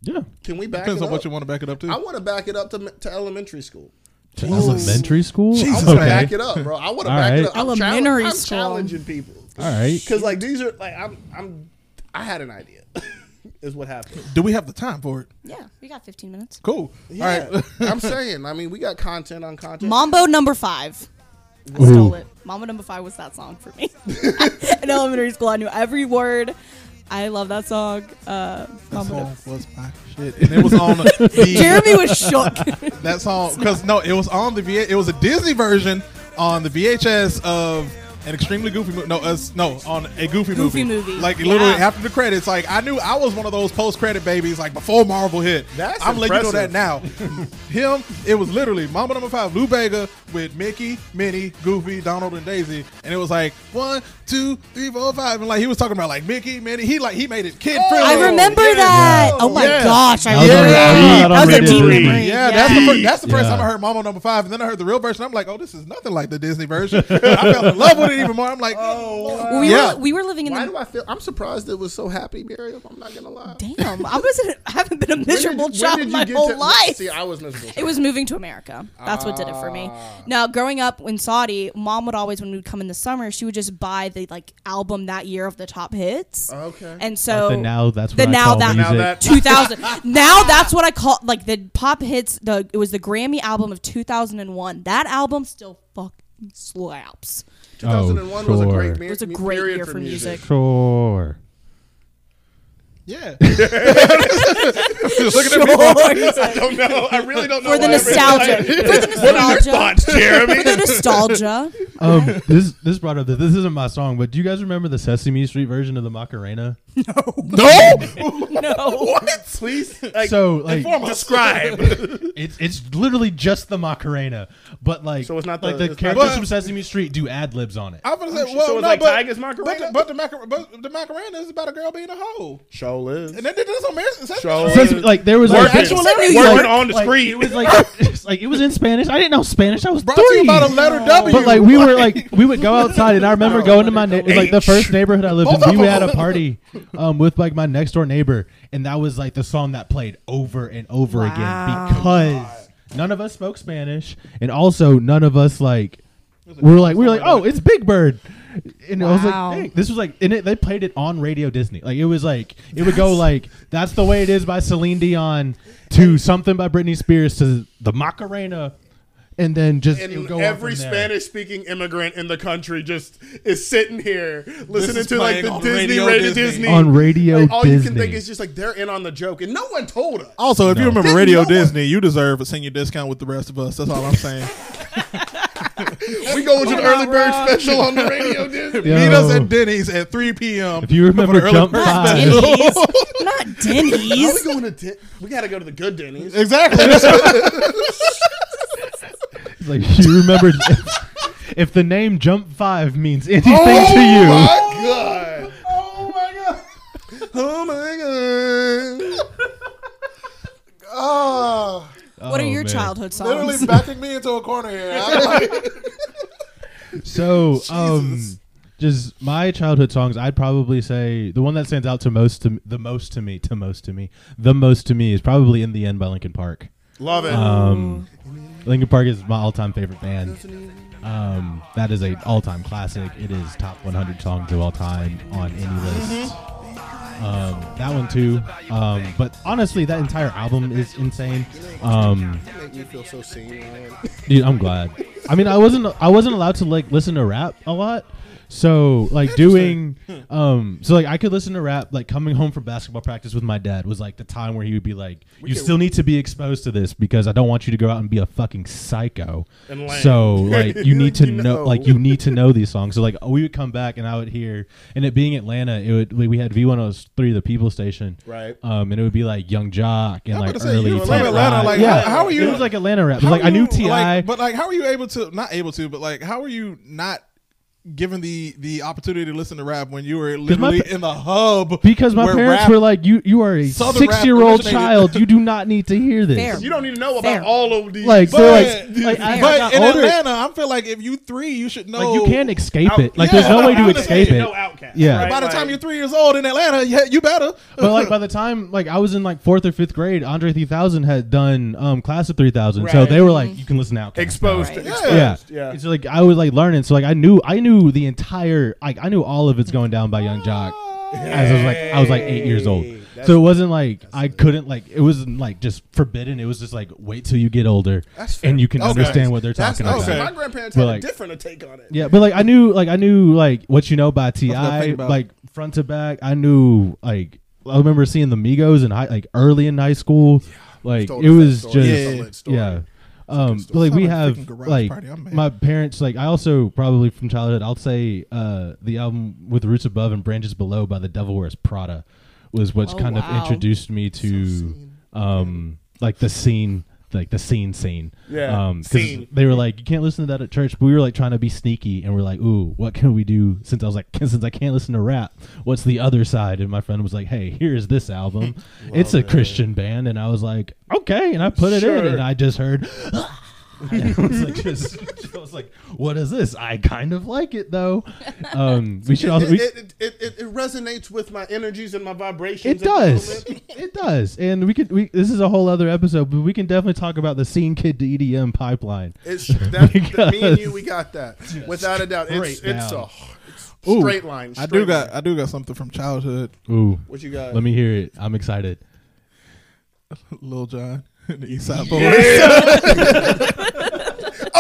Yeah. Can we back Depends it on up? what you want to back it up to. I want to back it up to, to elementary school. To elementary school. I want to back it up, bro. I want to All back it right. up. I'm challenge- Elementary I'm school. challenging people. All right. Because like these are like I'm I'm I had an idea. is what happened. Do we have the time for it? Yeah, we got 15 minutes. Cool. Yeah. All right. I'm saying. I mean, we got content on content. Mambo number five. I Ooh. stole it. Mambo number five was that song for me. In elementary school, I knew every word. I love that song. Uh, that Mambo song number- was my shit, and it was on the Jeremy was shook. that song because no, it was on the V. It was a Disney version on the VHS of an extremely goofy movie. No, us no on a goofy, movie. Goofy movie. Like literally Yeah. after the credits, like I knew I was one of those post credit babies. Like before Marvel hit, That's I'm letting you know that impressive. now. Him, it was literally Mama Number Five, Lou Bega with Mickey, Minnie, Goofy, Donald, and Daisy, and it was like one, two, three, four, five, and like he was talking about like Mickey, Minnie. He like he made it kid friendly. I remember Yeah. that. Oh my Yeah. gosh, I That was remember on that. repeat. That was a That was deep on repeat. memory. Yeah, that's the first, that's the first Yeah. time I heard Mama Number Five, and then I heard the real version. I'm like, oh, this is nothing like the Disney version. I fell in love with it even more. I'm like, oh, Well, we, Yeah. were, we were living in Why the. do I feel? I'm surprised it was so happy, Miriam. I'm not gonna lie. Damn, I wasn't. I haven't been a miserable When did you- when child did you my get whole to- life. See, I was miserable. It was moving to America. That's what did it for me. Ah. Now, growing up in Saudi, mom would always, when we'd come in the summer, she would just buy the like album that year of the top hits. Oh, Okay. And so the now that's what the I now call that music. Now that- 2000. now that's what I call like the pop hits. The it was the Grammy album of 2001. That album still fucking slaps. 2001 was a Oh, sure. great, me- It was a great period year for music. Sure. yeah. Look at that. I don't know. I really don't know. For the why I really- nostalgia. For the nostalgia. Jeremy? For the nostalgia. Um, this this brought up that this isn't my song, but do you guys remember the Sesame Street version of the Macarena? Please, like, so like describe. it's it's literally just the Macarena, but like So it's not like the- it's the, not characters the- from Sesame Street do ad libs on it. I was gonna say, shit, well, so it's no, like but, Tiger's but Macarena? the, but the Macarena, but the Macarena is about a girl being a hoe, Show lives. and that, that's on Mar- Sesame Sure. Street. Sesame, like there was Working, like, actual Sesame like- working on the like, street. It was like it's like it was in Spanish. I didn't know Spanish. I was Brought to three. you by the letter W. But like we were like we would go outside, and I remember going to my na- like the first neighborhood I lived in. We had a party um, with like my next door neighbor, and that was like the song that played over and over Wow. again because none of us spoke Spanish, and also none of us like we were like we were like oh it's Big Bird. And I was Wow. like, dang, this was like, and it, they played it on Radio Disney. Like it was like it would go like that's the way it is by Celine Dion to something by Britney Spears to the Macarena, and then just it would and go on every from there. Spanish speaking immigrant in the country just is sitting here listening is to like playing the on Disney Radio Radio, Disney. Disney. On Radio Like, all you can Disney. think is just like they're in on the joke, and no one told us. Also, if you remember Didn't Radio know it. Disney, you deserve a senior discount with the rest of us. That's all I'm saying. We going to the early bird special on the Radio Disney. Yo. Meet us at Denny's at 3 p.m. If you remember early Jump bird Five. special. Denny's. Not Are we Denny's. going to? Di- we got to go to the good Denny's. Exactly. It's Like you remember, if, if the name Jump Five means anything to you, My God. Oh my God. Oh my God. Ah, What are Oh, your man. childhood literally songs? backing me into a corner here. I- So, um, just my childhood songs. I'd probably say the one that stands out to most to m- the most to me, to most to me, the most to me is probably "In the End" by Linkin Park. Love it. Um, Linkin Park is my all-time favorite band. Um, that is a all-time classic. It is top 100 songs of all time on any list. Mm-hmm. Um, that one too. Um, but honestly, that entire album is insane. Um, Make me feel so seen. man. Dude, I'm glad. I mean, I wasn't I wasn't allowed to like listen to rap a lot. So like doing um so like I could listen to rap like coming home from basketball practice with my dad was like the time where he would be like you still need to be exposed to this because I don't want you to go out and be a fucking psycho. And lame. So like you need to You know know. like you need to know these songs. So like we would come back and I would hear and it being Atlanta it would we we had V103 the People Station. Right. Um and it would be like Young Jock and I'm like about to say, early you were Fat from Atlanta, Wreck. like, yeah. how- how are you- It was like Atlanta rap. It How was like are I knew you- Ti like- but like, how are you able to? Not able to, but like, how are you not? Given the the opportunity to listen to rap when you were my literally pa- in the hub Because my where parents rap- were like, "You you are a Southern six year rap old originated." child. You do not need to hear this." Fair. You don't need to know about Fair. all of these. Like so, But- like, like, I- Fair. I but got in older, Atlanta I feel like if you three you should know like you can't escape Out- it. Like Yeah. there's no way to Honestly, escape it. no outcast. Yeah. right? by the Like- time you're three years old in Atlanta yeah you better But like by the time like I was in like fourth or fifth grade, Andre 3000 had done um Class of 3000, so Right. they were like, "You can listen out." exposed, Right. to, Yeah. Yeah. exposed. Yeah. It's like I was like learning, so like I knew I knew the entire like I knew all of it's going down by Young Jock. As I was like I was like eight years old, Hey, that's- so it wasn't like I couldn't like it wasn't like just forbidden. It was just like wait till you get older That's fair. and you can Okay. understand what they're That's talking okay. about. My grandparents But, had like- a different take on it. Yeah, but like I knew like I knew like what you know by Ti gotta think about. like front to back. I knew like I remember seeing the Migos in high like early in high school. Like Told it us that was story. just It's a lit story. yeah. Um, but like we Sound like a freaking have garage like party, I'm mad. my parents like I also probably from childhood I'll say uh the album with roots above and branches below by the Devil Wears Prada was what's Oh, kind wow. of introduced me to um like the scene like the scene scene Yeah, um 'cause scene. they were like you can't listen to that at church but we were like trying to be sneaky and we're like ooh what can we do since I was like since I can't listen to rap what's the other side and my friend was like hey here's this album it's a Christian band and I was like okay and I put it in Sure. and I just heard I was like, just, I was like, what is this? I kind of like it though. Um, we should also. It, We, it, it, it, it resonates with my energies and my vibrations. it at the does. moment. It does. And we could. We this is a whole other episode, but we can definitely talk about the scene kid to EDM pipeline. It's that, Because- me and you, we got that without a doubt. It's Straight it's a down. it's straight line. I Straight do got line. I do got something from childhood. Ooh, what you got. let me hear it. I'm excited. Lil John, and the East Side Boys.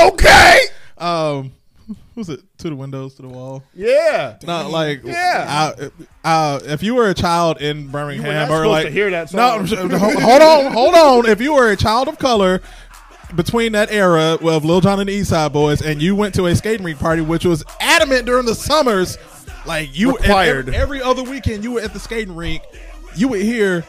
Okay. Um, was it to the windows to the wall? Yeah. Not like Yeah. I, I, if you were a child in Birmingham You were not or supposed like to hear that No, song. I'm sure- no, hold on, hold on. If you were a child of color between that era of Lil Jon and the East Side Boys, and you went to a skating rink party, which was adamant during the summers, like you and Required. Every, every other weekend you were at the skating rink, you would hear.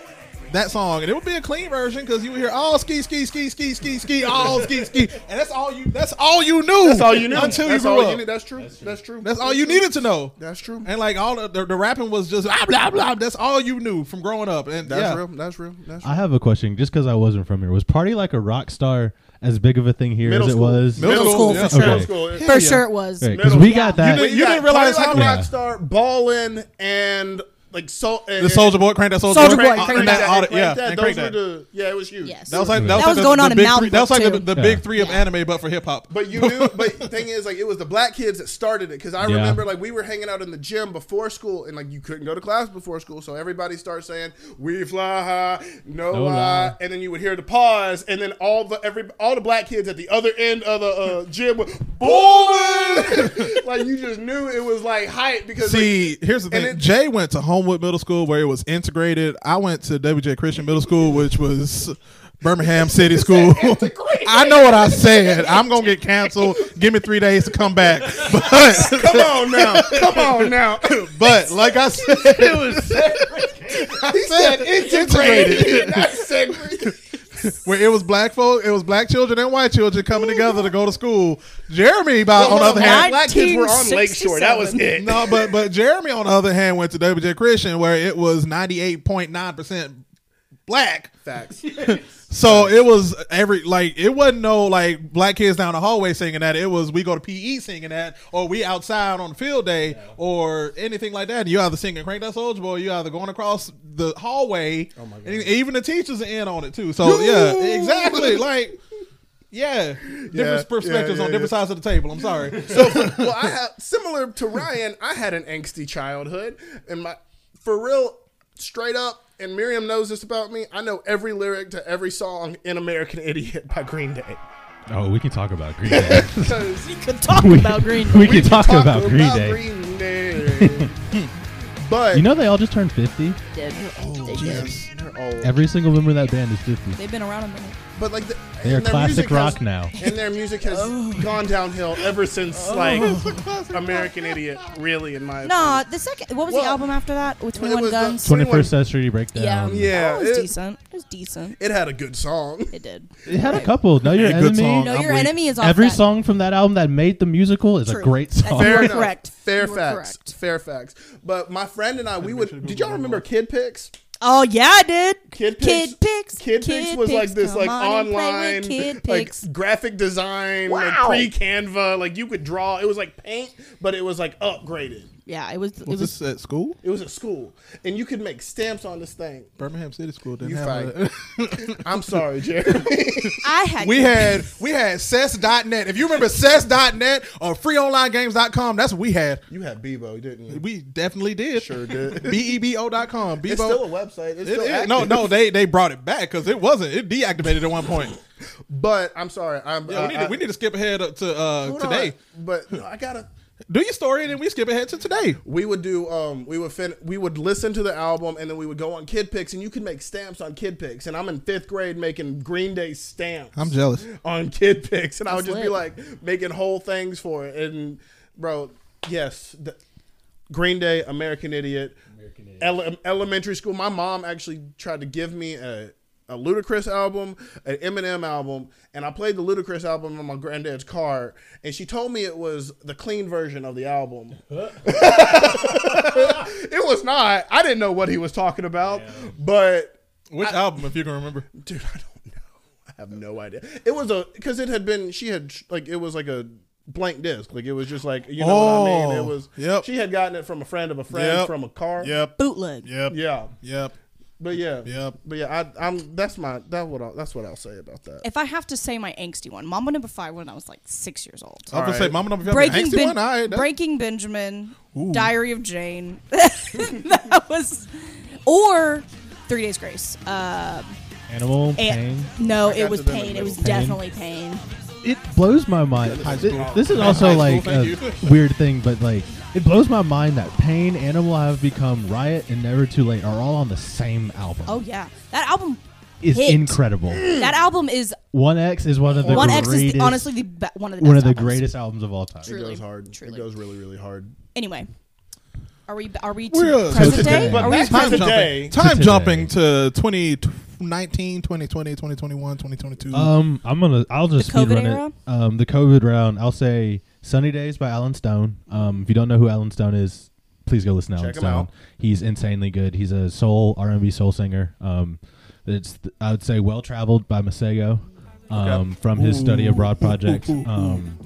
That song, and it would be a clean version because you would hear all ski, ski, ski, ski, ski, ski, all ski, ski, and that's all you. That's all you knew. That's all Oh, you knew. until That's you grew all up. You knew. That's true. That's true. That's all you needed to know. That's true. And like all the, the, the rapping was just blah blah blah. That's all you knew from growing up. And That's yeah, real. That's real. That's real. I have a question, just because I wasn't from here. Was party like a rock star as big of a thing here as it was? Middle school, yeah. for Middle sure. school. For sure it was. Because Middle- we got that. You didn't- got realize Party how like a much- rock star ballin and like so and, the Soldier Boy, crank that Soldier Soulja Boy, Boy, and Crank that, That, all the- Crank yeah, that, and those Crank were that. the yeah, it was huge. Yes. That was like that, That was, was like going the, on the in big Mountain three, That was Brook, like the, too. the big three of Yeah. anime, but for hip hop. But you knew. but the thing is, like, it was the black kids that started it. Because I Yeah. remember, like, we were hanging out in the gym before school, and like, you couldn't go to class before school, so everybody starts saying "We fly high, no, No lie. lie. and then you would hear the pause, and then all the every all the black kids at the other end of the uh, gym would boom. like you just knew it was like hype because like, See, here's the and thing. it- Jay went to Homewood Middle School where it was integrated. I went to WJ Christian Middle School, which was Birmingham City School. I know what I said. I'm gonna get canceled. Give me three days to come back. But come on now, come on now. But like I said, it was I said integrated. I said- Where it was black folk, it was black children and white children coming together to go to school. Jeremy, by on the other hand, black kids were on 1967. Lakeshore. That was it. no, but but Jeremy on the other hand went to WJ Christian, where it was ninety eight point nine percent black. Facts. So it was every like it wasn't no like black kids down the hallway singing that. It was we go to PE singing that, or we outside on field day, or anything like that. You either singing "Crank That Soldier Boy," you either going across the hallway. Oh my god! And even the teachers are in on it too. So yeah, exactly. Like yeah, different Yeah, perspectives yeah, on yeah, different sides of the table. I'm sorry. well, I have similar to Ryan. I had an angsty childhood, and my for real, straight up. And Miriam knows this about me. I know every lyric to every song in "American Idiot" by Green Day. Oh, we can talk about Green Day. 'Cause We could talk we, about Green we Day. can talk, about, Green Day. Green Day. but You know they all just turned 50. They Yes. they're old. Every single member of that band is 50. have been around a minute. but like the, They are and their music classic rock has- now. Oh. and their music has gone downhill ever since like "American Idiot." Really, in my No, the second. What was Well, the album after that? With when it Twenty One was the- Guns. 21st Century Breakdown. yeah, Yeah, That was it- decent. It was decent. it had a good song. It did. It had a couple. Know Your Hey, good Enemy. song. No, I'm your weak. enemy is off Every that. song from that album that made the musical is True. a great That's song. You Fair were enough. correct. Fair You were facts. correct. Fair facts. But my friend and I, we would. Did y'all remember Kid Picks? Oh yeah, I did. Kid Picks. Kid Picks. Kid Picks was like this, Come like on and play with online, Kid like Picks. graphic design, Wow. like pre-Canva. Like you could draw. It was like paint, but it was like upgraded. Yeah, it was. It Was was. this at school? It was at school, and you could make stamps on this thing. Birmingham City School didn't You have. fight. A, I'm sorry, Jeremy. I had. we had we had cess.net. If you remember cess.net or freeonlinegames.com, that's what we had. you had Bebo, didn't you? We definitely did. E Sure did. Bebo.com. Bebo. It's still a website. It's It- still it- active. no, no, they they brought it back because it wasn't. It deactivated at one point. But I'm sorry. I'm. Yeah, we, need to, we need to skip ahead up to uh, Hold today. on, but no, I gotta. Do your story, and then we skip ahead to today. We would do um we would fin- we would listen to the album and then we would go on Kid Picks and you could make stamps on Kid Picks and I'm in 5th grade making Green Day stamps I'm jealous. on Kid Picks and I would That's just be lit. like making whole things for it and bro yes the, Green Day American Idiot, ele- elementary school my mom actually tried to give me a a Ludacris album, an Eminem album, and I played the Ludacris album on my granddad's car, and she told me it was the clean version of the album. It was not. I didn't know what he was talking about, but Which album, if you can remember? dude, I don't know. I have no idea. It was a because it had been she had like it was like a blank disc. Like it was just like you know what I mean. Oh, It was yep. She had gotten it from a friend of a friend Yep. from a car. Yep. Bootleg. Yep. Yeah. Yep. But yeah. Yep. But yeah. I, I'm. That's my. That what. I'll, that's what I'll say about that. If I have to say my angsty one, Mama Number Five when I was like six years old. I was gonna say, Alright. Mama Number Five. Breaking Breaking, Ben- one. All right. that's- Breaking Benjamin, Diary of Jane. that was, or Three Days Grace. Uh, Animal and, pain. no, got it was to them in pain. the It was middle. definitely pain. It blows my mind. Thi- school. This is High also school, like thank a weird thing, but like it blows my mind that Pain, Animal Have Become, Riot, and Never Too Late are all on the same album. Oh yeah, that album. it's hit. incredible. That album is One X is one of the One X greatest, is the, honestly the be- one of the one of best the albums. greatest albums of all time. it True. truly, goes hard. truly. It goes really, really hard. Anyway, are we are we to We're, uh, present today. day? But Are we back present- time to jumping. today. Time To today. jumping to 2019, 2020, 2021, 2022. Uh, Um, I'm gonna. I'll just The COVID speed run era? it. Um, the COVID round. I'll say "Sunny Days" by Alan Stone. Um, if you don't know who Alan Stone is, please go listen to Alan Check him Stone. out. He's insanely good. He's a soul R&B soul singer. Um, it's th- I would say well traveled by Masego. Um, from his Study Abroad project. Um,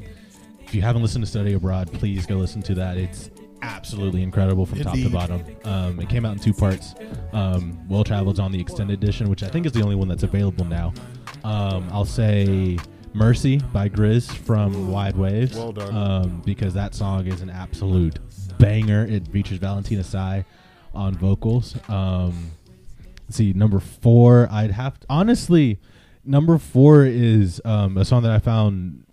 if you haven't listened to Study Abroad, please go listen to that. It's absolutely incredible from top to Indeed. bottom. Um, it came out in two parts. Um, well Traveled's on the extended edition, which I think is the only one that's available now. Um, I'll say Mercy by Grizz from Wide Waves. Well done. Um, because that song is an absolute banger. It features Valentina Sai on vocals. Um, let's see number four i'd have to, honestly number four is um, a song that i found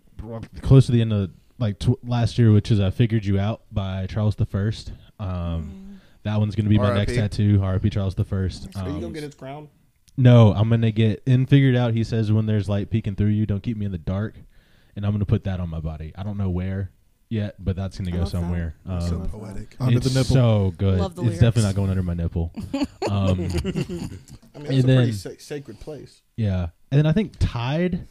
close to the end of like tw- last year which is i figured you out by charles the first Mm. um, that one's gonna be my next R.I.P.. tattoo rp charles the first Are you um, gonna get his crown? no i'm gonna get in figured out he says when there's light peeking through you don't keep me in the dark and i'm gonna put that on my body i don't know where yet but that's gonna go love that. somewhere um, Poetic. Under it's the nipple. so good Love the it's definitely not lyrics. going under my nipple um, I mean, And that's a pretty then- sa- sacred place. Yeah, and then I think tied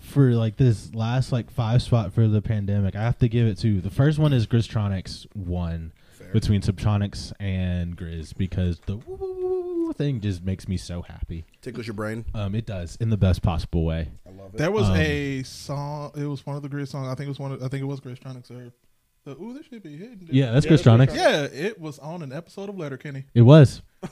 for like this last like five spot for the pandemic, I have to give it to the first one is Gristronics one between Subtronics and Grizz because the woo- woo- woo thing just makes me so happy. Tickles your brain. Um, it does in the best possible way. I love it. There Um, was a song. It was one of the greatest songs. I think it was one. Of, I think it was Grace Tronics. Or the Ooh, this should be hidden. dude." Yeah, that's Yeah, that's Gristronics. Yeah, it was on an episode of Letterkenny. It was. I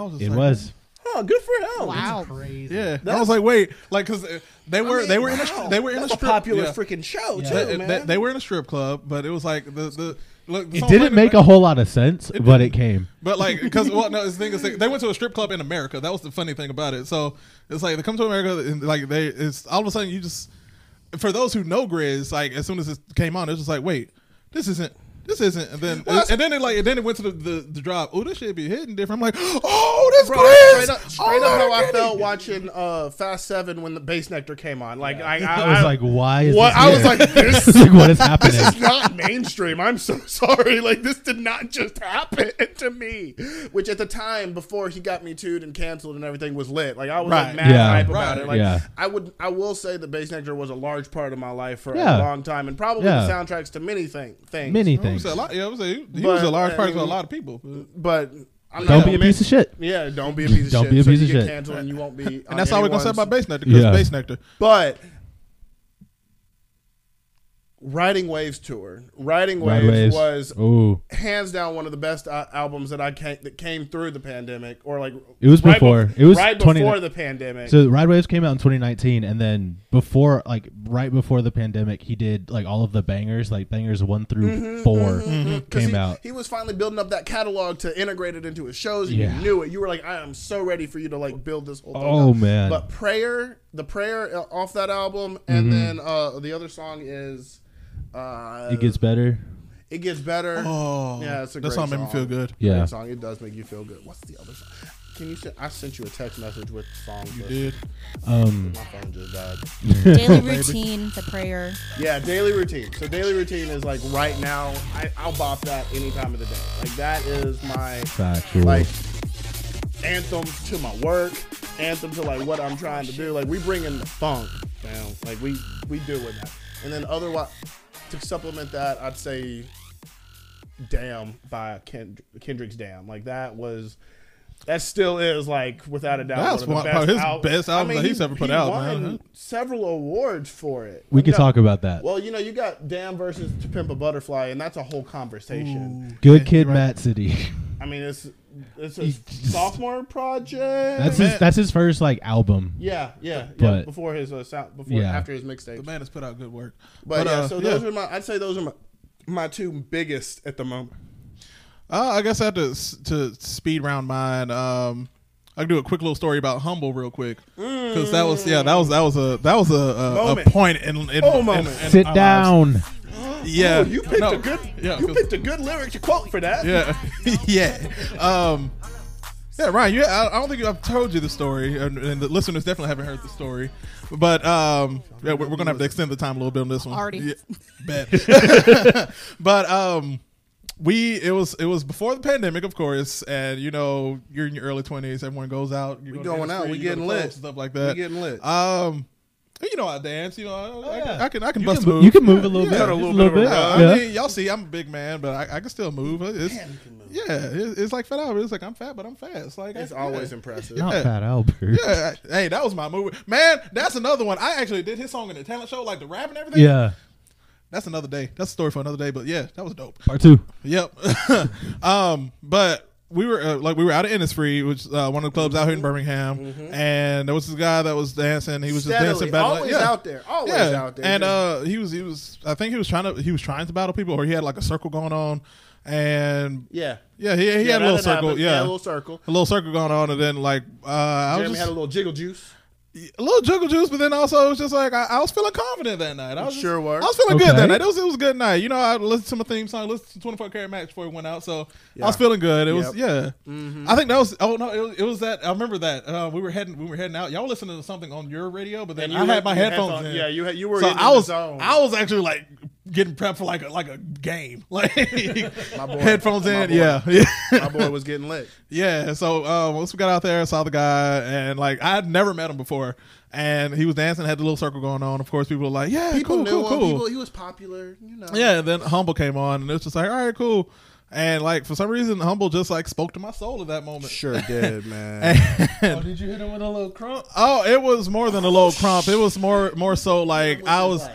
was just It like, was. Oh, good for him. Wow. Crazy. Yeah, I was like, wait, like because they were mean, they were in a wow. stri- they were in That's a a strip, popular yeah. freaking show They- too, they, man. they were in a strip club, but it was like the the look. the It song didn't make a played- whole lot of sense, but it came. But like, because well, no, the thing is, they went to a strip club in America. That was the funny thing about it. So it's like they come to America, and like they, it's all of a sudden you just, for those who know Grizz, like as soon as it came on, it was just like, wait, this isn't, this isn't, and then that's- and then it like, and then it went to the the, the drop. Oh, this should be hitting different. I'm like, oh, this Bro, Grizz. straight up, Oh, straight up how I Letterkenny. felt watching uh, Fast Seven when the bass nectar came on. Like I, I, I was like, why is what? this I was here? like, this It's like, what is happening? is not mainstream. I'm so sorry. Like this did not just happen to me. Which at the time before he got me tooed and canceled and everything was lit. Like I was Right. like mad Yeah. hype Right. about it. Like Yeah. I would I will say that bass nectar was a large part of my life for a Yeah. long time and probably Yeah. the soundtracks to many thing, things. Many It was things. a lot. Yeah, it was a, he But, uh, was a large I part of a mean, lot of people. And But I'm Don't not be a admit- piece of shit. Yeah, don't be a piece of Don't shit. be a So you piece of get shit. Canceled and you won't be. on that's all we're gonna say anyone's- about Bass Nectar because Yeah. Bass Nectar. But Riding Waves tour, Riding Rad Waves, Waves. was Ooh. hands down one of the best uh, albums that I came, that came through the pandemic, or like It was right before. bef- It was right 20 before the pandemic. So Ride Waves came out in 2019, and then before, like right before the pandemic, he did like all of the bangers, like bangers one through 4 'Cause came he, out. he was finally building up that catalog to integrate it into his shows, and Yeah. you knew it. You were like, "I am so ready for you to like build this whole." thing Oh, up. man. Mm-hmm. But prayer, the prayer uh, off that album, and then uh, the other song is. Uh, it gets better. It gets better. Oh, yeah, it's a that great song made me feel good. Yeah. Great song. It does make you feel good. What's the other song? Can you? Send, I sent you a text message with songs. You did. Um, My phone just died. Daily routine, the prayer. Yeah, daily routine. So daily routine is like right now. I, I'll bop that any time of the day. Like that is my factual. like anthem to my work, anthem to like what I'm trying to do. Like we bring in the funk, man. Like we we do with that. And then otherwise, to supplement that, I'd say "Damn" by Kend- Kendrick's "Damn." Like that was. That still is like without a doubt That's one of the one- best his al- best album that he- he's ever put he out, won man. Several awards for it. we can could talk about that. Well, you know, you got "Damn" versus "To Pimp a Butterfly," and that's a whole conversation. Good kid, Matt City. I mean, it's it's a He just- sophomore project. That's Man. his. That's his first like album. yeah, yeah, yeah. But- before his uh, sound, before Yeah. after his The mixtape. But, man has put out good work. yeah, uh, so those are my. I'd say those are my my two biggest at the moment. Uh, I guess I have to s- to speed round mine. Um, I can do a quick little story about humble real quick because that was yeah that was that was a that was a a, a Moment. point in, in, Oh, in- moment. in Sit our lives. down. yeah Oh, you picked No, a good. yeah you 'cause- picked a good lyric to quote for that. yeah yeah um yeah Ryan you I, I don't think I've told you the story and, and the listeners definitely haven't heard the story but um yeah, we're, we're gonna have to extend the time a little bit on this one Already. yeah, bet but um we it was it was before the pandemic of course and you know you're in your early 20s everyone goes out you We go to going out, dance we free, you go to getting clubs lit. and stuff like that We getting lit. um you know I dance you know I, I- yeah. I can I can You bust can, mo- moves you can move a little Yeah, bit. got a A little little, bit of bit. uh, yeah. I mean, y'all see, I'm a big man, but I, I can still move. It's, Yeah, it, it's like Fat Albert. It's like I'm fat, but I'm fast. Like it's I- always yeah. impressive. Not yeah. Fat Albert. Yeah, I- hey, that was my movie, man. That's another one. I actually did his song in the talent show, like the rap and everything. Yeah. that's another day. That's a story for another day. But yeah, that was dope. Part two. Yep. um, but we were uh, like we were out of Innisfree, which uh, one of the clubs out Mm-hmm. here in Birmingham, and there was this guy that was dancing. He was Steadily, just dancing, battling. always yeah. out there, always out there. And Just- uh, he was he was I think he was trying to he was trying to battle people, or he had like a circle going on, and yeah. yeah, he, he had a that little did circle, happen. yeah, a little circle. a little circle going on, and then like uh, I was Jeremy just had a little jiggle juice. a little juggle juice, but then also it was just like I, I was feeling confident that night. I was just- Sure were. I was feeling good that Okay. night. It was it was a good night. You know, I listened to my theme song, listened to 24 Karat Max before it went out, so I was feeling good. It was yeah. Mm-hmm. I think that was oh no, it was, it was that I remember that uh, we were heading we were heading out. Y'all listening to something on your radio, but then And I you had my your headphones, headphone- in. yeah, you had- you were So in I the was zone. I was actually like getting prepped for like a like a game, like boy. headphones My in. boy. Yeah, yeah. My boy was getting lit. Yeah, so uh, once we got out there, I saw the guy, and like I had never met him before, and he was dancing, had the little circle going on. Of course, people were like, "Yeah, People cool, knew cool, him. cool." People, he was popular. You know. yeah, and then Humble came on, and it was just like, "All right, cool," and like for some reason, Humble just like spoke to my soul at that moment. Sure did, man. Oh, did you hit him with a little crump? Oh, it was more than a little crump. It was more, more so like I was.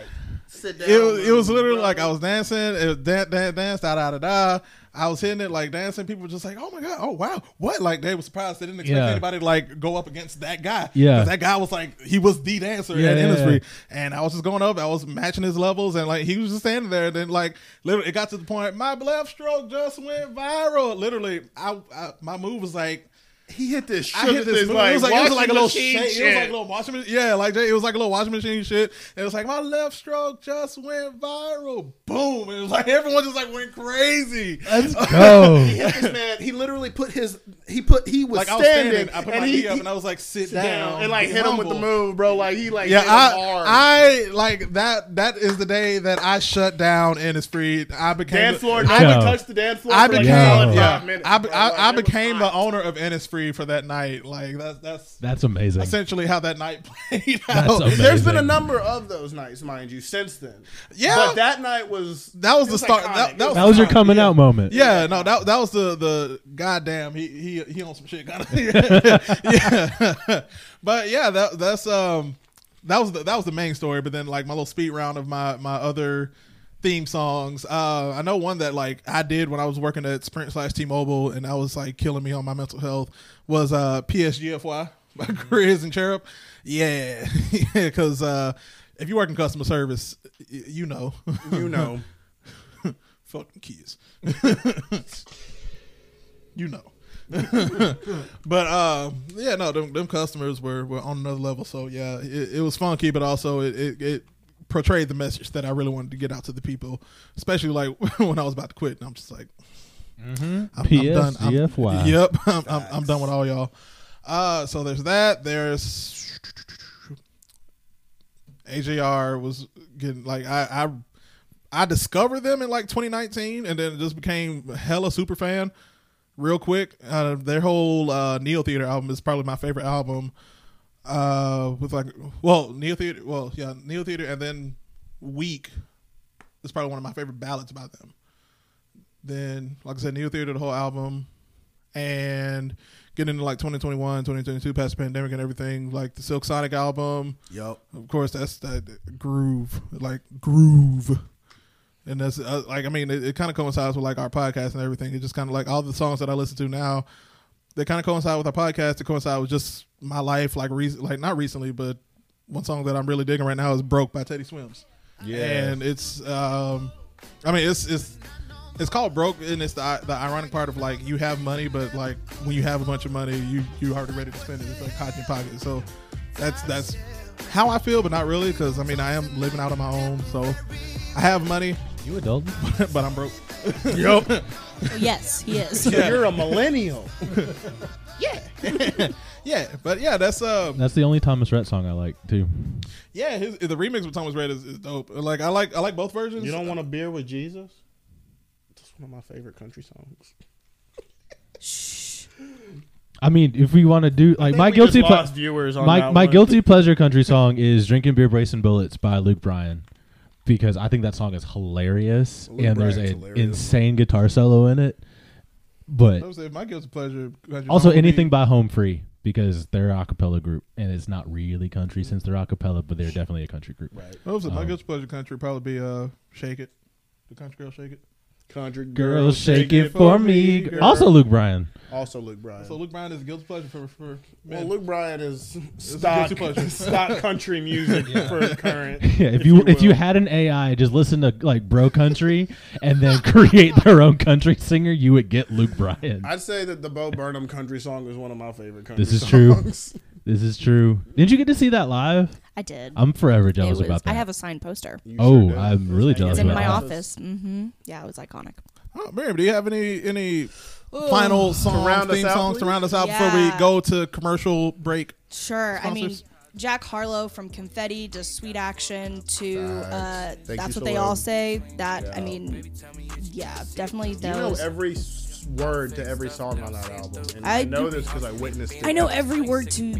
sit down. it was, it was bro. literally like I was dancing, it was dan- dan- dance, da da da da. I was hitting it like dancing. People were just like, oh my god, oh wow, what? Like they were surprised they didn't expect Yeah. anybody to like go up against that guy. Yeah. 'Cause that guy was like he was the dancer Yeah, in the yeah, industry, yeah. and I was just going up. I was matching his levels, and like he was just standing there. And then like literally, it got to the point my left stroke just went viral. Literally, I, I my move was like. He hit this shit. I hit this. move. it was like, it was like a little shake. It was like a little. little washing machine. Yeah, like it was like a little washing machine shit. And it was like my left stroke just went viral. Boom! And it was like everyone just like went crazy. Let's go. Hit this man. He literally put his. He put. He was Like I was standing. standing, I put and my he, knee up he- and I was like, sit, down, down, and like be hit him with the humble. move, bro. Like he like Yeah, hit him hard. I, I like that. That is the day that I shut down Innisfree. I became dance the- floor. Yeah. I haven't touched the dance floor. I for like became, a solid Yeah. five minutes, I, be- bro. I, Like, I it was became the hot. owner of Innisfree for that night. Like that's that's That's amazing. essentially how that night played That's out. amazing. There's been a number of those nights, mind you, since then. Yeah. but that night was That was it the start- iconic. that- It that was That was your iconic. coming out moment. Yeah, no, that that was the the goddamn he he he on some shit kind of yeah. but yeah, that that's um that was the, that was the main story. But then like my little speed round of my my other theme songs. Uh, I know one that like I did when I was working at Sprint slash T-Mobile, and that was like killing me on my mental health. Was uh PSGFY by Mm-hmm. Grizz and Cherub. Yeah, because uh, if you work in customer service, y- you know, You know, fucking kids. you know. but uh, yeah, no, them, them customers were, were on another level. So yeah, it, it was funky, but also it, it, it portrayed the message that I really wanted to get out to the people, especially like when I was about to quit. And I'm just like, I'm, I'm done. I'm- PSGFY. yep, I'm, I'm, I'm done with all y'all. Uh, so there's that. There's AJR was getting like I I I discovered them in like 2019, and then just became hella super fan real quick. Uh, their whole uh, Neo Theater album is probably my favorite album. Uh, with like, well, Neo Theater, well, yeah, Neo Theater, and then Weak is probably one of my favorite ballads by them. Then, like I said, Neo Theater, the whole album, and getting into like 2021, 2022, past the pandemic and everything, like the Silk Sonic album. Yep. Of course, that's that groove, like groove. And that's uh, like, I mean, it, it kind of coincides with like our podcast and everything. It just kind of like all the songs that I listen to now, they kind of coincide with our podcast. They coincide with just my life, like rec- like not recently, but one song that I'm really digging right now is "Broke" by Teddy Swims. Yeah, and it's, um, I mean, it's it's it's called "Broke," and it's the the ironic part of like you have money, but like when you have a bunch of money, you you already ready to spend it. It's like hot in your pocket. So that's that's how I feel, but not really, because I mean, I am living out on my own, so I have money, You adult? but I'm broke. yes, he is. You're a millennial. Yeah, but yeah, that's um, That's the only Thomas Rhett song I like too. Yeah, his, the remix with Thomas Red is, is dope. Like I like I like both versions. You don't want a beer with Jesus? That's one of my favorite country songs. I mean, if we want to do like my guilty ple- lost viewers on my that my one. guilty pleasure country song is "Drinking Beer, Bracing Bullets" by Luke Bryan because I think that song is hilarious Luke and there's Bryan's an hilarious. insane guitar solo in it. But I would say my guilty pleasure. country also song would be- anything by Home Free because they're a cappella group and it's not really country since they're a cappella, but they're definitely a country group. Right. I would say my um, guilty pleasure country would probably be uh shake it, the country girl shake it. Country Girls, shake it for me. girl. Also, Luke Bryan. Also Luke Bryan. So Luke Bryan is a guilty pleasure for for well, men. Luke Bryan is stock, guilty pleasure. stock country music for current. Yeah, if, you, if you will. had an AI, just listen to like bro country and then create their own country singer, you would get Luke Bryan. I'd say that the Bo Burnham country song is one of my favorite country This is true. songs. This is true. Didn't you get to see that live? I did. I'm forever It jealous was- about that. I have a signed poster. You oh, sure do. I'm really jealous It's in about my that. office. hmm Yeah, it was iconic. Oh, Miriam, do you have any any final songs, round us theme out, songs to please? round us out before we Yeah. go to commercial break? Sure. I mean, Sponsors? Jack Harlow from Confetti to Sweet Action to uh, Thank That's you What so They All much. Say. That, I mean, yeah, definitely You know those. every s- word to every song on that album. And I, I know do- this because I witnessed it. I know every word to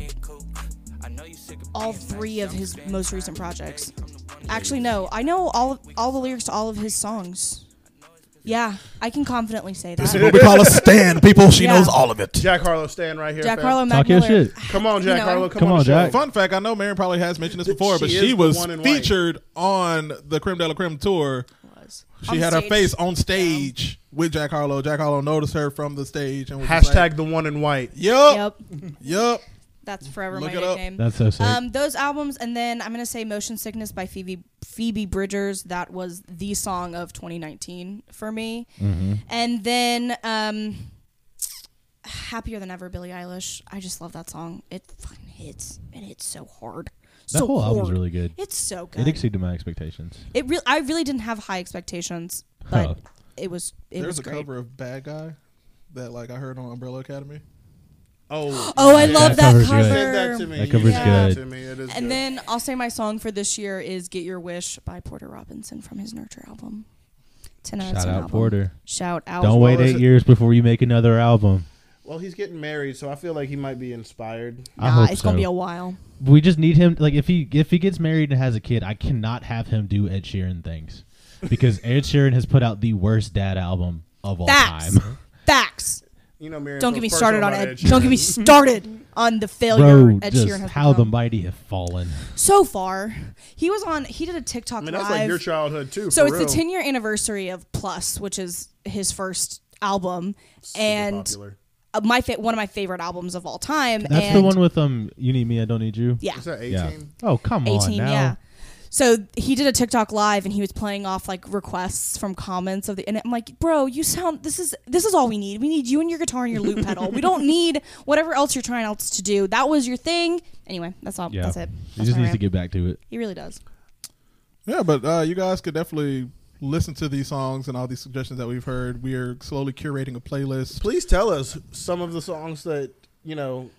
all three of his most recent projects. Actually, no, I know all all the lyrics to all of his songs. Yeah, I can confidently say that. What we call a stand, people. She Yeah. knows all of it. Jack Harlow stand right here. Jack fam. Harlow, Mac Talk your Miller. shit. Come on, You Jack know, Harlow. Come, Come on, on, the show. Jack. Fun fact: I know Miriam probably has mentioned this before, but She is she the was one in white. featured on the Creme de la Creme tour. was. She On had her stage. face on stage with Jack Harlow. Jack Harlow noticed her from the stage and was just Hashtag like, the one in white. Yup, Yep, yup. that's forever Look my it up. nickname. That's so sick. Um, those albums, and then I'm gonna say "Motion Sickness" by Phoebe Phoebe Bridgers. That was the song of 2019 for me. Mm-hmm. And then um, "Happier Than Ever" Billie Eilish. I just love that song. It fucking hits. It hits so hard. that so whole hard. album's really good. It's so good. It exceeded my expectations. It real I really didn't have high expectations, but Huh. it was. It There's was a great. cover of Bad Guy that like I heard on Umbrella Academy. Oh, Oh, I love That that, cover's cover. good. Send that to me. That cover's yeah. good. To me. It is And good. then I'll say my song for this year is "Get Your Wish" by Porter Robinson from his Nurture album. Ten out of Shout 10 out album. Porter. Shout out. Don't wait as eight it- years before you make another album. well, he's getting married, so I feel like he might be inspired. Nah, I hope it's so. gonna be a while. we just need him. Like if he if he gets married and has a kid, I cannot have him do Ed Sheeran things because Ed Sheeran has put out the worst dad album of all Facts. time. Facts. You know, Miriam. Don't feels get me personal started on about Ed. Don't get me started on the failure Bro, Ed Sheeran just has how the become. mighty have fallen. so far. He was on. He did a TikTok I mean, live. that's like your childhood too. so for it's real. the 10 year anniversary of Plus, which is his first album, and popular. uh, my fa- one of my favorite albums of all time. That's and the one with um. You need me. I don't need you. Yeah. Is that Yeah. eighteen? Oh come on 18 now. yeah so he did a tiktok live and he was playing off like requests from comments of the and i'm like bro you sound this is this is all we need we need you and your guitar and your loop pedal we don't need whatever else you're trying else to do that was your thing anyway that's all Yeah. that's it He That's just my needs to rant. get back to it. he really does Yeah, but uh, you guys could definitely listen to these songs and all these suggestions that we've heard. We are slowly curating a playlist. Please tell us some of the songs that you know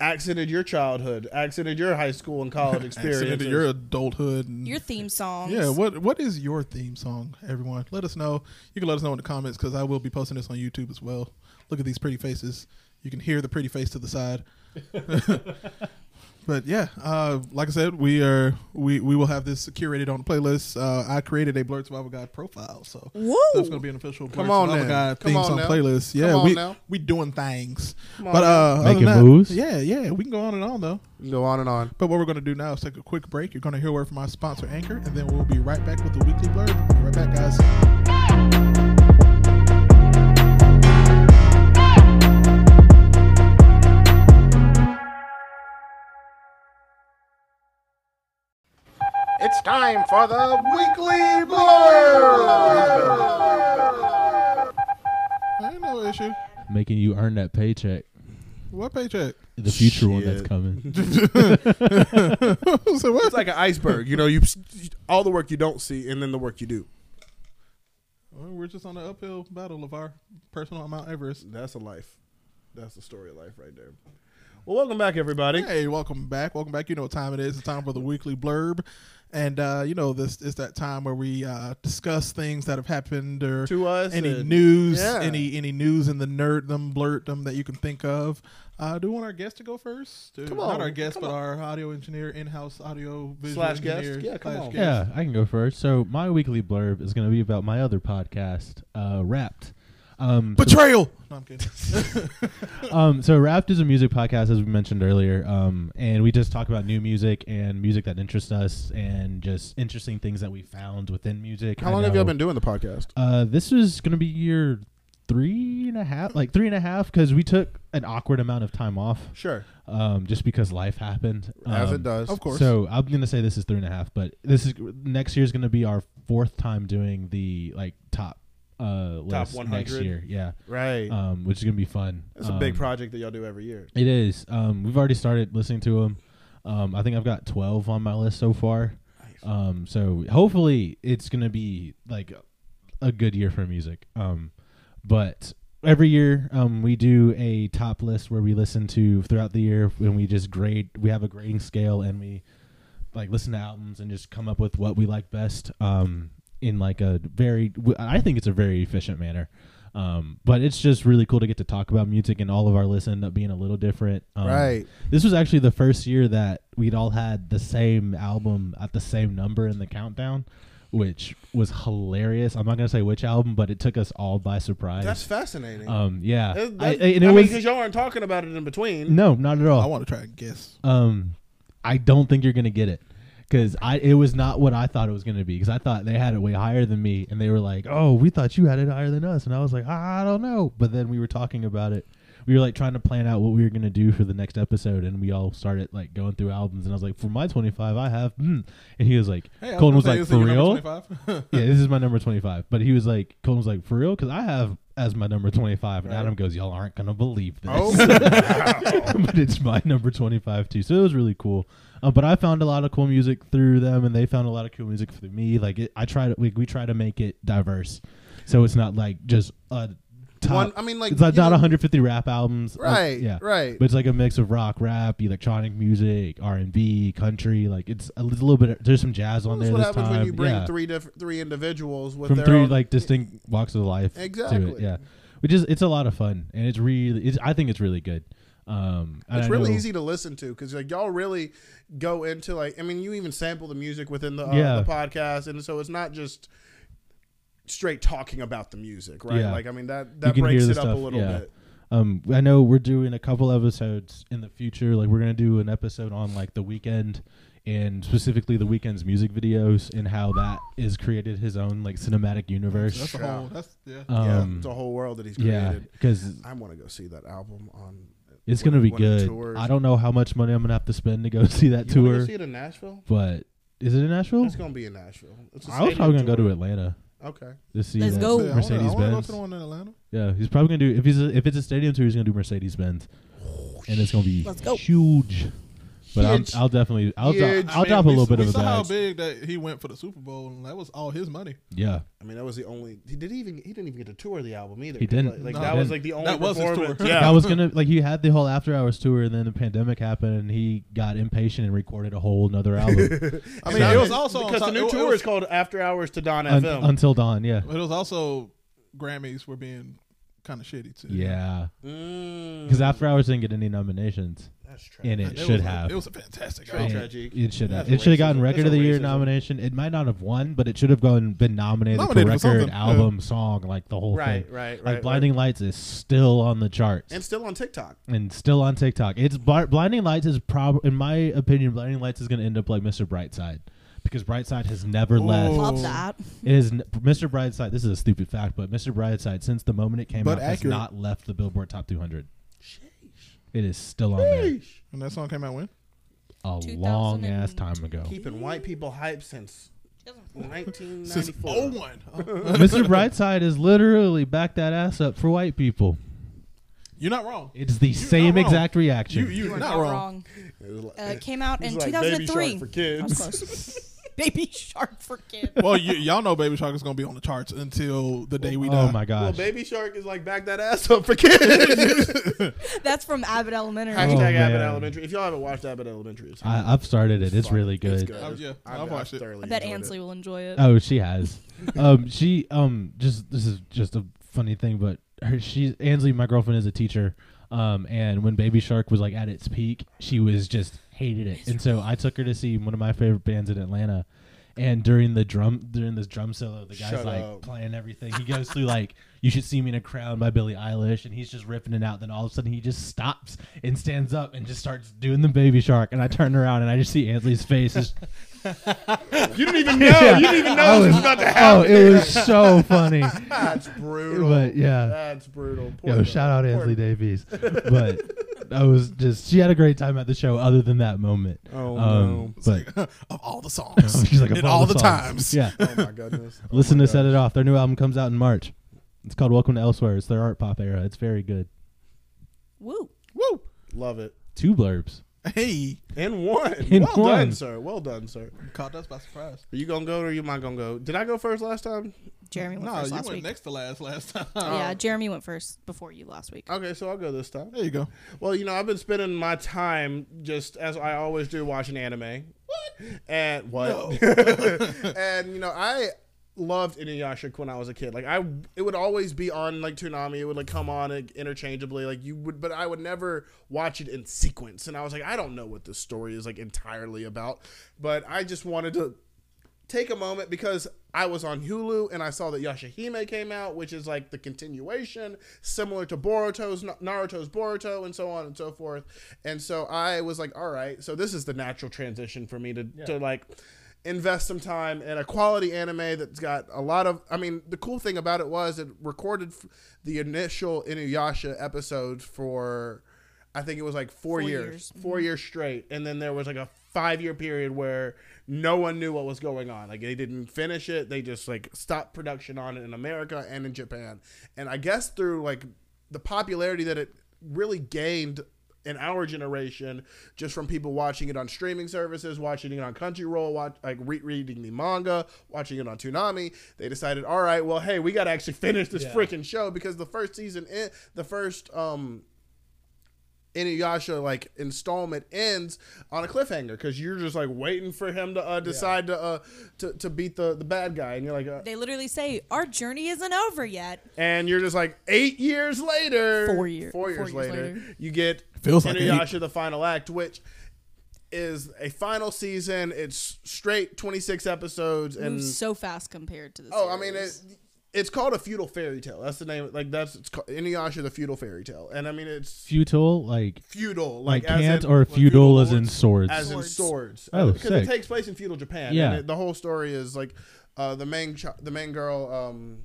accented your childhood, accented your high school and college experience. Accident to your adulthood. And, Your theme songs. yeah, what what is your theme song, everyone? Let us know. You can let us know in the comments because I will be posting this on YouTube as well. Look at these pretty faces. You can hear the pretty face to the side. but yeah, uh, like I said, we are we, we will have this curated on the playlist. Uh, I created a Blurred Survival Guide profile, so Woo! that's gonna be an official Blurred Come on Survival now. Guide Come theme on song now. playlist. Come Yeah, on we now. we doing things, on but uh, Making other than that, moves? Yeah, yeah, we can go on and on though. Go on and on. But what we're going to do now is take a quick break. You're going to hear a word from our sponsor, Anchor, and then we'll be right back with the weekly blurb. Be right back, guys. It's time for the weekly blur. Ain't no issue. making you earn that paycheck, What paycheck? the future one that's coming. so what? It's like an iceberg. You know, you all the work you don't see, and then the work you do. Well, we're just on the uphill battle of our personal Mount Everest. That's a life. That's the story of life right there. Well, welcome back, everybody. Hey, welcome back. Welcome back. You know what time it is. It's time for the weekly blurb. And, uh, you know, this is that time where we uh, discuss things that have happened or To us any and- news, yeah. any any news in the nerddom, blurddom that you can think of. Uh, I do want our guest to go first. Or Come Not on, our guest, come but on. our audio engineer, in house audio visual Slash guest. engineer. Yeah, come slash on. yeah, I can go first. So my weekly blurb is going to be about my other podcast, uh, Wrapped. Um, Betrayal! No, I'm kidding. um, so Raft is a music podcast, as we mentioned earlier, um, and we just talk about new music and music that interests us, and just interesting things that we found within music. How I long have y'all know- been doing the podcast? Uh, this is gonna be year three and a half, like three and a half, because we took an awkward amount of time off, Sure, um, just because life happened. as Um, it does. Of course. So I'm gonna say this is three and a half, but this is next year is gonna be our fourth time doing the like top uh list Top next 100. year, yeah, Right. um, which is gonna be fun. it's a big Um, project that y'all do every year. it is. Um, we've already started listening to them. Um, I think I've got 12 on my list so far. Um, so hopefully it's going to be like a good year for music. Um, but every year um, we do a top list where we listen to throughout the year and we just grade. We have a grading scale and we like listen to albums and just come up with what we like best um, in like a very w- i think it's a very efficient manner um, but it's just really cool to get to talk about music and all of our lists end up being a little different um, Right. this was actually the first year that we'd all had the same album at the same number in the countdown which was hilarious i'm not going to say which album but it took us all by surprise That's fascinating. um yeah That- I, that- and it uh, I mean, was because y'all aren't talking about it in between. no not at all I want to try and guess. um, I don't think you're gonna get it because I it was not what I thought it was gonna be because I thought they had it way higher than me and they were like, oh, we thought you had it higher than us and I was like, I don't know. But then we were talking about it. We were like trying to plan out what we were gonna do for the next episode, and we all started like going through albums. And I was like, for my twenty five, I have, mm. and he was like, Hey, I Colton was gonna like, say, for is it your real? number 25? yeah, this is my number 25. But he was like, Colton was like, for real? Because I have as my number 25. And Adam goes, y'all aren't going to believe this. Oh, but it's my number 25 too. So it was really cool. Um, but I found a lot of cool music through them and they found a lot of cool music through me. Like it, I try to, we, we try to make it diverse. So it's not like just a top. One- I mean, like, it's not, you not know- 150 rap albums. Like, Right, yeah. right. But it's like a mix of rock, rap, electronic music, R&B, country. Like it's a little bit, there's some jazz on That's there what this happens time. when you bring yeah three diff- three individuals with from their three own, like distinct walks of life. to it, Exactly. yeah, which is it's a lot of fun and it's really it's, I think it's really good. Um, and It's I really know- easy to listen to because like y'all really go into like I mean you even sample the music within the, uh, Yeah. the podcast and so it's not just straight talking about the music right Yeah. like I mean that You that can breaks hear it the up a stuff, little yeah. bit Um, I know we're doing a couple episodes in the future. Like we're gonna do an episode on like the weekend and specifically the weekend's music videos and how that is created his own like cinematic universe. that's a whole. That's, yeah. yeah Um, it's a whole world that he's yeah, created because I want to go see that album on it's when- gonna be when it good. tours. I don't know how much money I'm gonna have to spend to go see that you wanna go tour, see it in Nashville but is it in Nashville? it's gonna be in Nashville It's a I was stadium probably gonna go to tour. Atlanta okay to see Let's that Yeah, I go. wanna- I wanna Mercedes go Benz. to the one in Atlanta. Yeah, he's probably gonna do if he's a, if it's a stadium tour, he's gonna do Mercedes Benz, and it's gonna be Let's go. huge. But I'm, Huge. I'll definitely I'll Huge. drop I I'll mean, drop a we little s- bit we of a saw how bag. big that he went for the Super Bowl, and that was all his money. Yeah, I mean, that was the only. He did even. He didn't even get to tour the album either. He didn't. Like, like, No, that he was didn't. like the only That was his tour. performance. That Yeah. I was gonna like he had the whole After Hours tour, and then the pandemic happened, and he got impatient and recorded a whole another album I mean, it was also on because the top- new it, tour was, is called After Hours to Don Un- FM. until dawn. Yeah, It was also Grammys were being kind of shitty too. yeah. Mm, Because After Hours didn't get any nominations, that's tragic. and it It should was a- have. it was a fantastic Tragic. And album. tragic. It should have. That's It should have gotten racism. record That's of the year racism. nomination. It might not have won, but it should have gone been nominated, Nominated for for record something, yeah. album, song, like the whole Right, thing. right, Like right, Blinding Lights is still on the charts and and, still on TikTok. still on TikTok. It's Bar- Blinding Lights is probably, in my opinion, Blinding Lights is going to end up like Mr. Brightside because Brightside has never left. Love that. It is n- Mr. Brightside. This is a stupid fact, but Mr. Brightside, since the moment it came But out, accurate. has not left the Billboard Top 200. It is still on there And that song came out when? a long ass 2000 time ago. Keeping white people hype since 1994. Since 01. Oh. Mr. Brightside is literally back that ass up for white people. You're not wrong. It's the not same wrong. exact You, reaction. you're You're not wrong. Uh, came out in It's like Baby 2003. Shark for kids. I was close. baby shark for kids. Well, you, y'all know Baby Shark is going to be on the charts until the day we die. oh my Well, gosh. Baby Shark is like back that ass up for kids. That's from Abbott Elementary. Hashtag Oh, Abbott man. Elementary. If y'all haven't watched Abbott Elementary, it's I, I've started it. It's fun. really It's good. Oh, yeah. I've, I've watched it. I bet Ansley will enjoy it. Oh, she has. um, she um, just this is just a funny thing, but her she Ansley, my girlfriend, is a teacher. Um, and when Baby Shark was like at its peak, she was just hated it. And so I took her to see one of my favorite bands in Atlanta. And during the drum during this drum solo, the guy's Shut like up. playing everything. He goes through like "You Should See Me in a Crown" by Billie Eilish, and he's just ripping it out. Then all of a sudden, he just stops and stands up and just starts doing the Baby Shark. And I turn around and I just see Ansley's face is You didn't even know. You didn't even know I this was- was about to happen. Oh, it was so funny. That's brutal. But yeah. That's brutal. Poor Yo, guy. shout out Poor- Ansley Davies. But I was just she had a great time at the show other than that moment. Um, Oh, no. But of all the songs. she's like in "Of all the, songs." times. Yeah. Oh my goodness. Oh Listen my to God. Set It Off. Their new album comes out in March. It's called Welcome to Elsewhere. It's their art pop era. It's very good. Woo. Woo. Love it. Two blurbs. Hey. And one. And well one. done, sir. Well done, sir. Caught us by surprise. Are you gonna go or are you not gonna go? Did I go first last time? Jeremy went No, first you last went week. next to last last time. Oh. yeah, Jeremy went first before you last week. Okay, so I'll go this time. There you go. Well, you know, I've been spending my time just as I always do watching anime. What? And what? and you know, I loved Inuyasha when I was a kid. Like I it would always be on like Toonami. It would like come on like, interchangeably. Like you would but I would never watch it in sequence. And I was like, I don't know what this story is like entirely about, but I just wanted to take a moment because I was on Hulu and I saw that Yashahime came out, which is like the continuation, similar to Boruto's Naruto's Boruto, and so on and so forth. And so I was like, all right, so this is the natural transition for me to, to like invest some time in a quality anime that's got a lot of. I mean, the cool thing about it was it recorded f- the initial Inuyasha episodes for. I think it was like four, years, years. 4 years straight, and then there was like a five year period where no one knew what was going on. Like they didn't finish it; they just like stopped production on it in America and in Japan. And I guess through like the popularity that it really gained in our generation, just from people watching it on streaming services, watching it on Crunchyroll, watch like rereading the manga, watching it on Toonami, they decided, all right, well, hey, we got to actually finish this freaking show because the first season, in, the first um Inuyasha like installment ends on a cliffhanger because you're just like waiting for him to uh, decide to, uh, to to beat the the bad guy, and you're like, uh, They literally say our journey isn't over yet. and you're just like eight years later, Four year- four years, later, you get Feels like Inuyasha the final act, which is a final season. It's straight 26 episodes, and Moves so fast compared to this. Oh, I mean, it, it's called a feudal fairy tale. That's the name. Like that's it's called, Inuyasha the feudal fairy tale, and I mean it's Futile, like feudal, like like, as can't in- or like, feudal as in lords. swords. as in Swords. swords. Oh, because sick. it takes place in feudal Japan. Yeah. and it, the whole story is like uh, the main ch- the main girl um,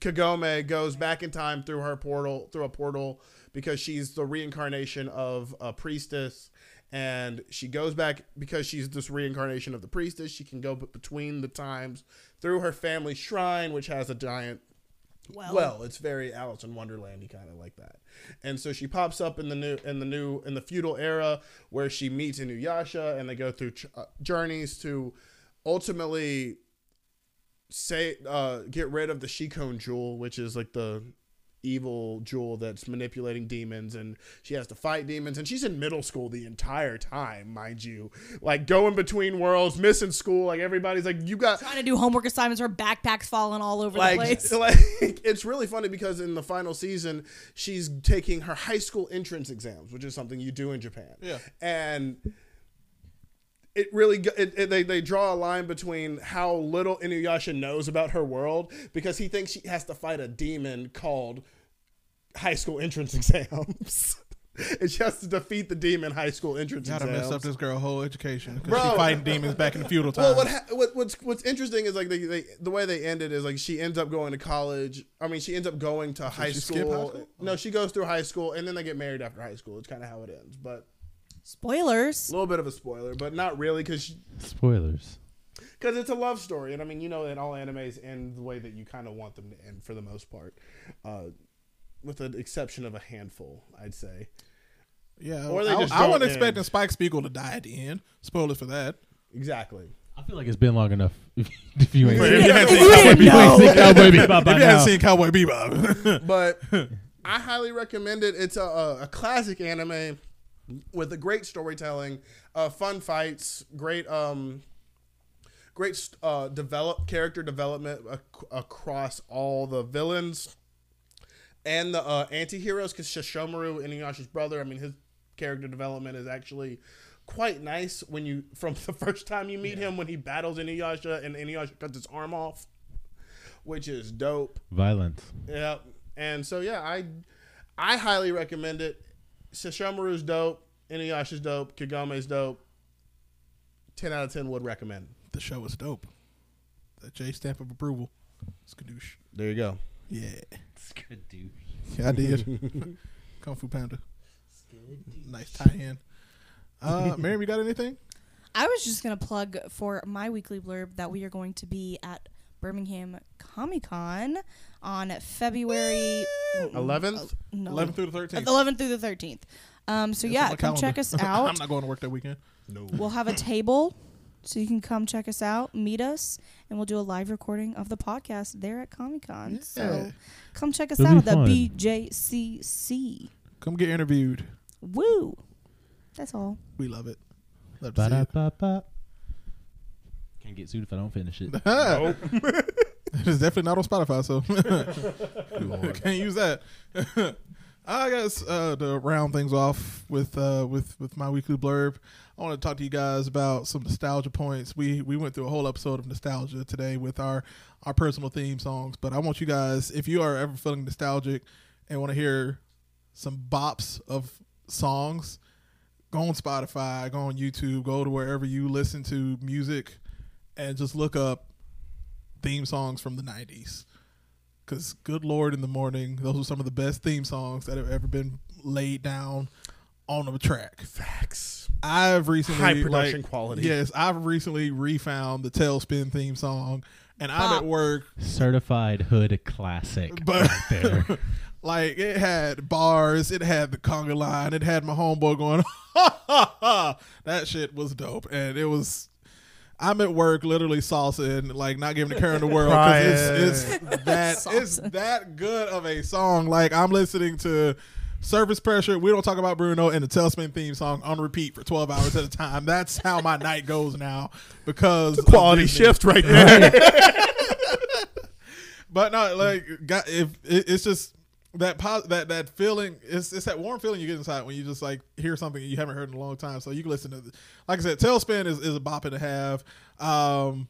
Kagome goes back in time through her portal through a portal because she's the reincarnation of a priestess. And she goes back because she's this reincarnation of the priestess. She can go b- between the times through her family shrine, which has a giant Well, well it's very alice in wonderlandy kind of like that and so she pops up in the new in the new in the feudal era where she meets inuyasha and they go through ch- uh, journeys to ultimately say uh get rid of the shikon jewel which is like the evil jewel that's manipulating demons and she has to fight demons and she's in middle school the entire time mind you like going between worlds missing school like everybody's like you got trying to do homework assignments, her backpack's falling all over the like, place. like it's really funny because in the final season she's taking her high school entrance exams which is something you do in japan Yeah. and it really go- it, it, they, they draw a line between how little inuyasha knows about her world because he thinks she has to fight a demon called high school entrance exams and she has to defeat the demon high school entrance Gotta exams mess up this girl whole education because Bro. she fighting demons back in the feudal times. well, what, ha- what what's what's interesting is like they, they, the way they ended is like she ends up going to college. I mean, she ends up going to high, she school. skip high school? Oh. No, she goes through high school and then they get married after high school. It's kind of how it ends, but Spoilers. a little bit of a spoiler, but not really because Spoilers. because it's a love story, and I mean, you know that all animes end the way that you kind of want them to end for the most part, uh, with the exception of a handful, I'd say. yeah, Or they I, just I don't wasn't end. expecting Spike Spiegel to die at the end. Spoiler for that. Exactly. I feel like it's been long enough. If, if you ain't If seen, you hadn't seen Cowboy if you Bebop- ain't seen Cowboy Bebop by if you now. hadn't seen Cowboy Bebop, but I highly recommend it. It's a, a, a classic anime with a great storytelling, uh, fun fights, great um, great uh, develop character development ac- across all the villains and the uh, anti-heroes because Shishomaru Inuyasha's brother I mean his character development is actually quite nice when you from the first time you meet him when he battles Inuyasha and Inuyasha cuts his arm off which is dope Violence. Yep. And so yeah, I I highly recommend it. Sashomaru's dope, Inuyasha's dope, Kagome's dope. Ten out of ten would recommend. the show is dope. The J stamp of approval. Skadoosh. There you go. Yeah, Good dude. yeah, I did. Kung Fu Panda. Nice tie-in. Uh, Miriam, you got anything? I was just gonna plug for my weekly blurb that we are going to be at Birmingham Comic Con on February Eleventh. no, 11th through the 13th. 11th through the 13th. Um, It's so on yeah, my come calendar. check us I'm out. not going to work that weekend. we'll have a table so you can come check us out, meet us, and we'll do a live recording of the podcast there at Comic Con. So come check us It'll out at be the fun. BJCC. Come get interviewed. Woo! That's all. We love it. Love to see it. Ba-da-ba-ba. Can't get sued if I don't finish it. it's definitely not on Spotify, so can't use that. I guess uh, to round things off with uh, with with my weekly blurb, I want to talk to you guys about some nostalgia points. We we went through a whole episode of nostalgia today with our our personal theme songs, but I want you guys, if you are ever feeling nostalgic and want to hear some bops of songs, go on Spotify, go on YouTube, go to wherever you listen to music, and just look up theme songs from the 90s. Because, good Lord, in the morning, those were some of the best theme songs that have ever been laid down on a track. Facts. I've recently. High production like- quality. Yes, I've recently refound the Tailspin theme song, and I'm at Bop. work Certified hood classic. But- right there. Like it had bars, it had the conga line, it had my homeboy going, ha ha ha. That shit was dope, and it was. I'm at work, literally salsaing, like not giving a care in the world because it's, it's that it's that good of a song. Like I'm listening to Surface Pressure. We don't talk about Bruno and the Tailspin theme song on repeat for 12 hours at a time. That's how my night goes now because of Quality these shift right there. But no, like, got, if it, it's just that pos- that that feeling, it's it's that warm feeling you get inside when you just like hear something you haven't heard in a long time. So you can listen to, the, like I said, Tailspin is, is a bop and a half. Um,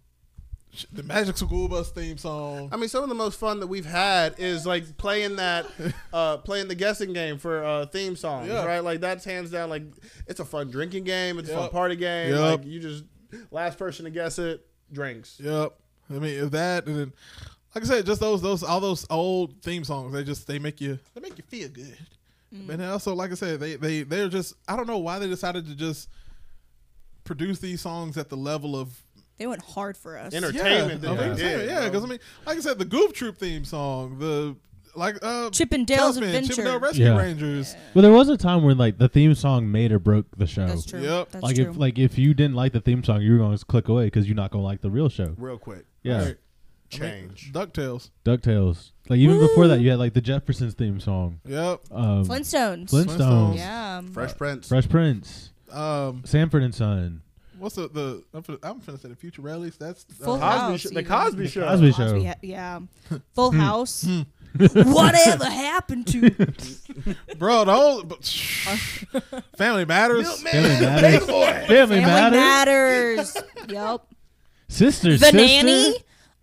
sh- the Magic School Bus theme song. I mean, some of the most fun that we've had is like playing that, uh, playing the guessing game for uh, theme songs, Yeah. right? Like that's hands down. Like it's a fun drinking game. It's a fun Yep. party game. Yep. Like you just last person to guess it drinks. Yep. I mean if that, and then like I said, just those those all those old theme songs. They just they make you they make you feel good. And then also, like I said, they they they're just I don't know why they decided to just produce these songs at the level of They went hard for us. entertainment that yeah, I'm they saying, did. Yeah, bro. because I mean, like I said, the Goof Troop theme song, the like uh, Chip and Dale's Talisman, Adventure. Chip and Dale Rescue Yeah. Rangers. Well, there was a time when like the theme song made or broke the show. That's true. Yep. That's Like true. if like if you didn't like the theme song, you were going to click away because you're not going to like the real show. real quick. Yeah, Right. Change. Ducktales. Ducktales. Like even before that, you had like the Jeffersons theme song, Yep. um, Flintstones. Flintstones, Flintstones. Yeah. Fresh Prince. Fresh Prince, Um, Sanford and Son, what's the the? I'm finna, I'm finna say the future rallies. That's uh, Full Cosby House. Show- the even. Cosby Show. Cosby Show. Cosby ha- yeah. Full House. Hmm. Whatever happened to bro. The whole but- Family Oh, Matters. Family Matters. Family Family Matters. Matters? yep. Sister, The Sister. Nanny.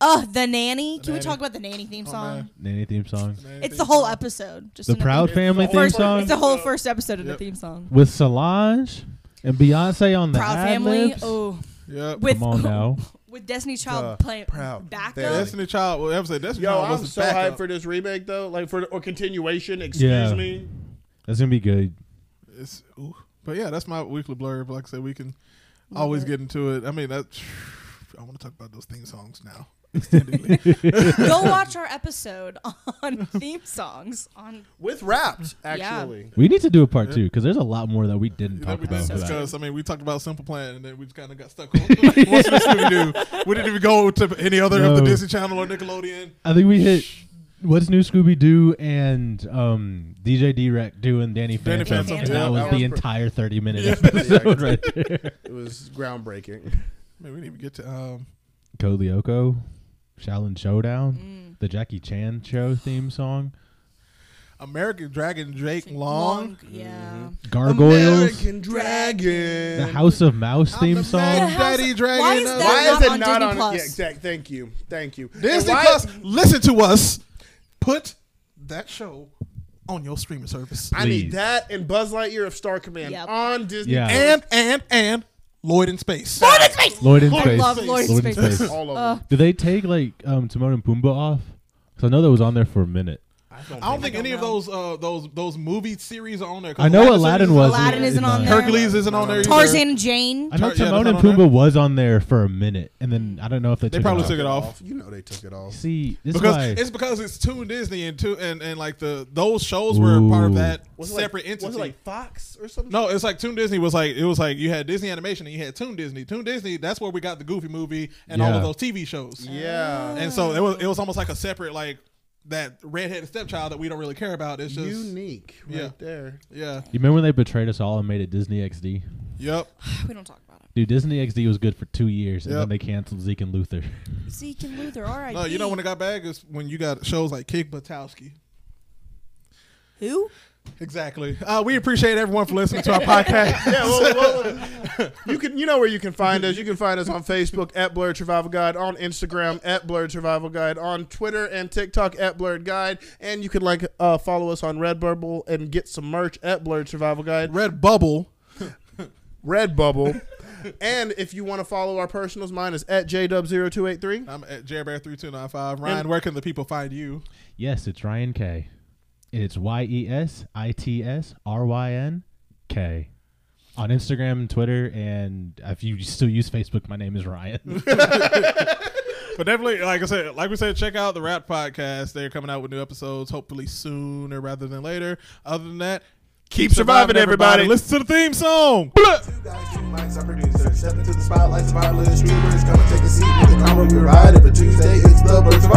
Oh, the nanny. Can Nanny. we Oh, talk about the nanny theme song? man. Nanny theme song. it's the whole episode. Just The an Proud episode. Family theme First, song It's the whole first episode of Yep. the theme song. with Solange and Beyonce on the Proud Family. ad-libs. Oh, Yep. with Come on now. with Destiny Child The playing Proud backup. Family. Destiny Child. Well, episode. Destiny Yo, Child was I'm the so backup. hyped for this remake though. Like for or continuation. Excuse Yeah. me. That's gonna be good. It's, ooh. But yeah, that's my weekly blur. But like I said, we can always get into it. I mean, that, I want to talk about those theme songs now. extendedly. Go watch our episode on theme songs on With Wrapped, actually. We need to do a part two because there's a lot more that we didn't that talk we about. didn't for that. discuss. I mean, we talked about Simple Plan, and then we just kind of got stuck on what's this Scooby Doo. We didn't even go to any other of the No. Disney Channel or Nickelodeon. I think we hit what's new Scooby Doo and um, DJ D-Rec doing Danny Danny Phantom, Phantom, and yeah, that was that the was pr- entire 30 minute Yeah. episode right there. It was groundbreaking. Man, we didn't even get to. Um, Coleoco, Shaolin Mm. Showdown, the Jackie Chan show theme song, American Dragon Jake Long. Yeah. Mm-hmm. Gargoyles, American the Dragon. House of Mouse I'm theme the song. man. The house- Daddy Dragon, Why is uh, that Why is not it on not Disney on? Plus? Yeah, exact, thank you, thank you. Disney And why- Plus, listen to us. Put that show on your streaming service. I Please. need that and Buzz Lightyear of Star Command Yep. on Disney. Yeah. And and and Lloyd in Space. Lloyd in Space. love Lloyd in Space. Space. all of them. Did they take like um, Timon and Pumbaa off? Because I know that was on there for a minute. I don't think any of those uh, those those movie series are on there. 'cause I know isn't Aladdin on was. there. Aladdin isn't on there. Hercules isn't on there. either. Tarzan and Jane. I know Tar- yeah, Timon that's and not on Pumbaa there. was on there for a minute, and then I don't know if they, They probably it took it off. You know they took it all. off. See, this Because is why it's because it's Toon Disney and Toon and, and like the those shows were part Ooh. of that Was it like- separate entity. Was it like Fox or something? no, it's like Toon Disney was like it was like you had Disney Animation and you had Toon Disney. Toon Disney, that's where we got the Goofy movie and all Yeah. of those TV shows. Yeah. And so it was it was almost like a separate like that redheaded stepchild that we don't really care about. It's just Unique right Yeah. there. yeah, you remember when they betrayed us all and made it Disney XD. yep. We don't talk about Dude, Disney XD was good for two years, and Yep. then they canceled Zeke and Luther. it. Zeke and Luther. All right. No, you know when it got bad is when you got shows like Kick Butowski. who? Exactly. Uh, we appreciate everyone for listening to our podcast. Yeah, well, well, well, you can you know where you can find us. You can find us on Facebook at Blurred Survival Guide, on Instagram at Blurred Survival Guide, on Twitter and TikTok at Blurred Guide, and you can like uh, follow us on Redbubble and get some merch at Blurred Survival Guide, Red Bubble. Redbubble. and if you want to follow our personals, mine is at JW0283. I'm at JairBear3295. Ryan, where can the people find you? yes, it's Ryan K. It's Y E S I T S R Y N K. On Instagram, Twitter, and if you still use Facebook, my name is Ryan. But definitely, like I said, like we said, check out the Rap Podcast. They're coming out with new episodes, hopefully sooner rather than later. Other than that, keep surviving, everybody. Listen to the theme song. Two guys, two mics, I'm producer. Step into the spotlight, survivalist, streamers. Come and take a seat with the combo you ride. Every Tuesday, it's the Blurred Survival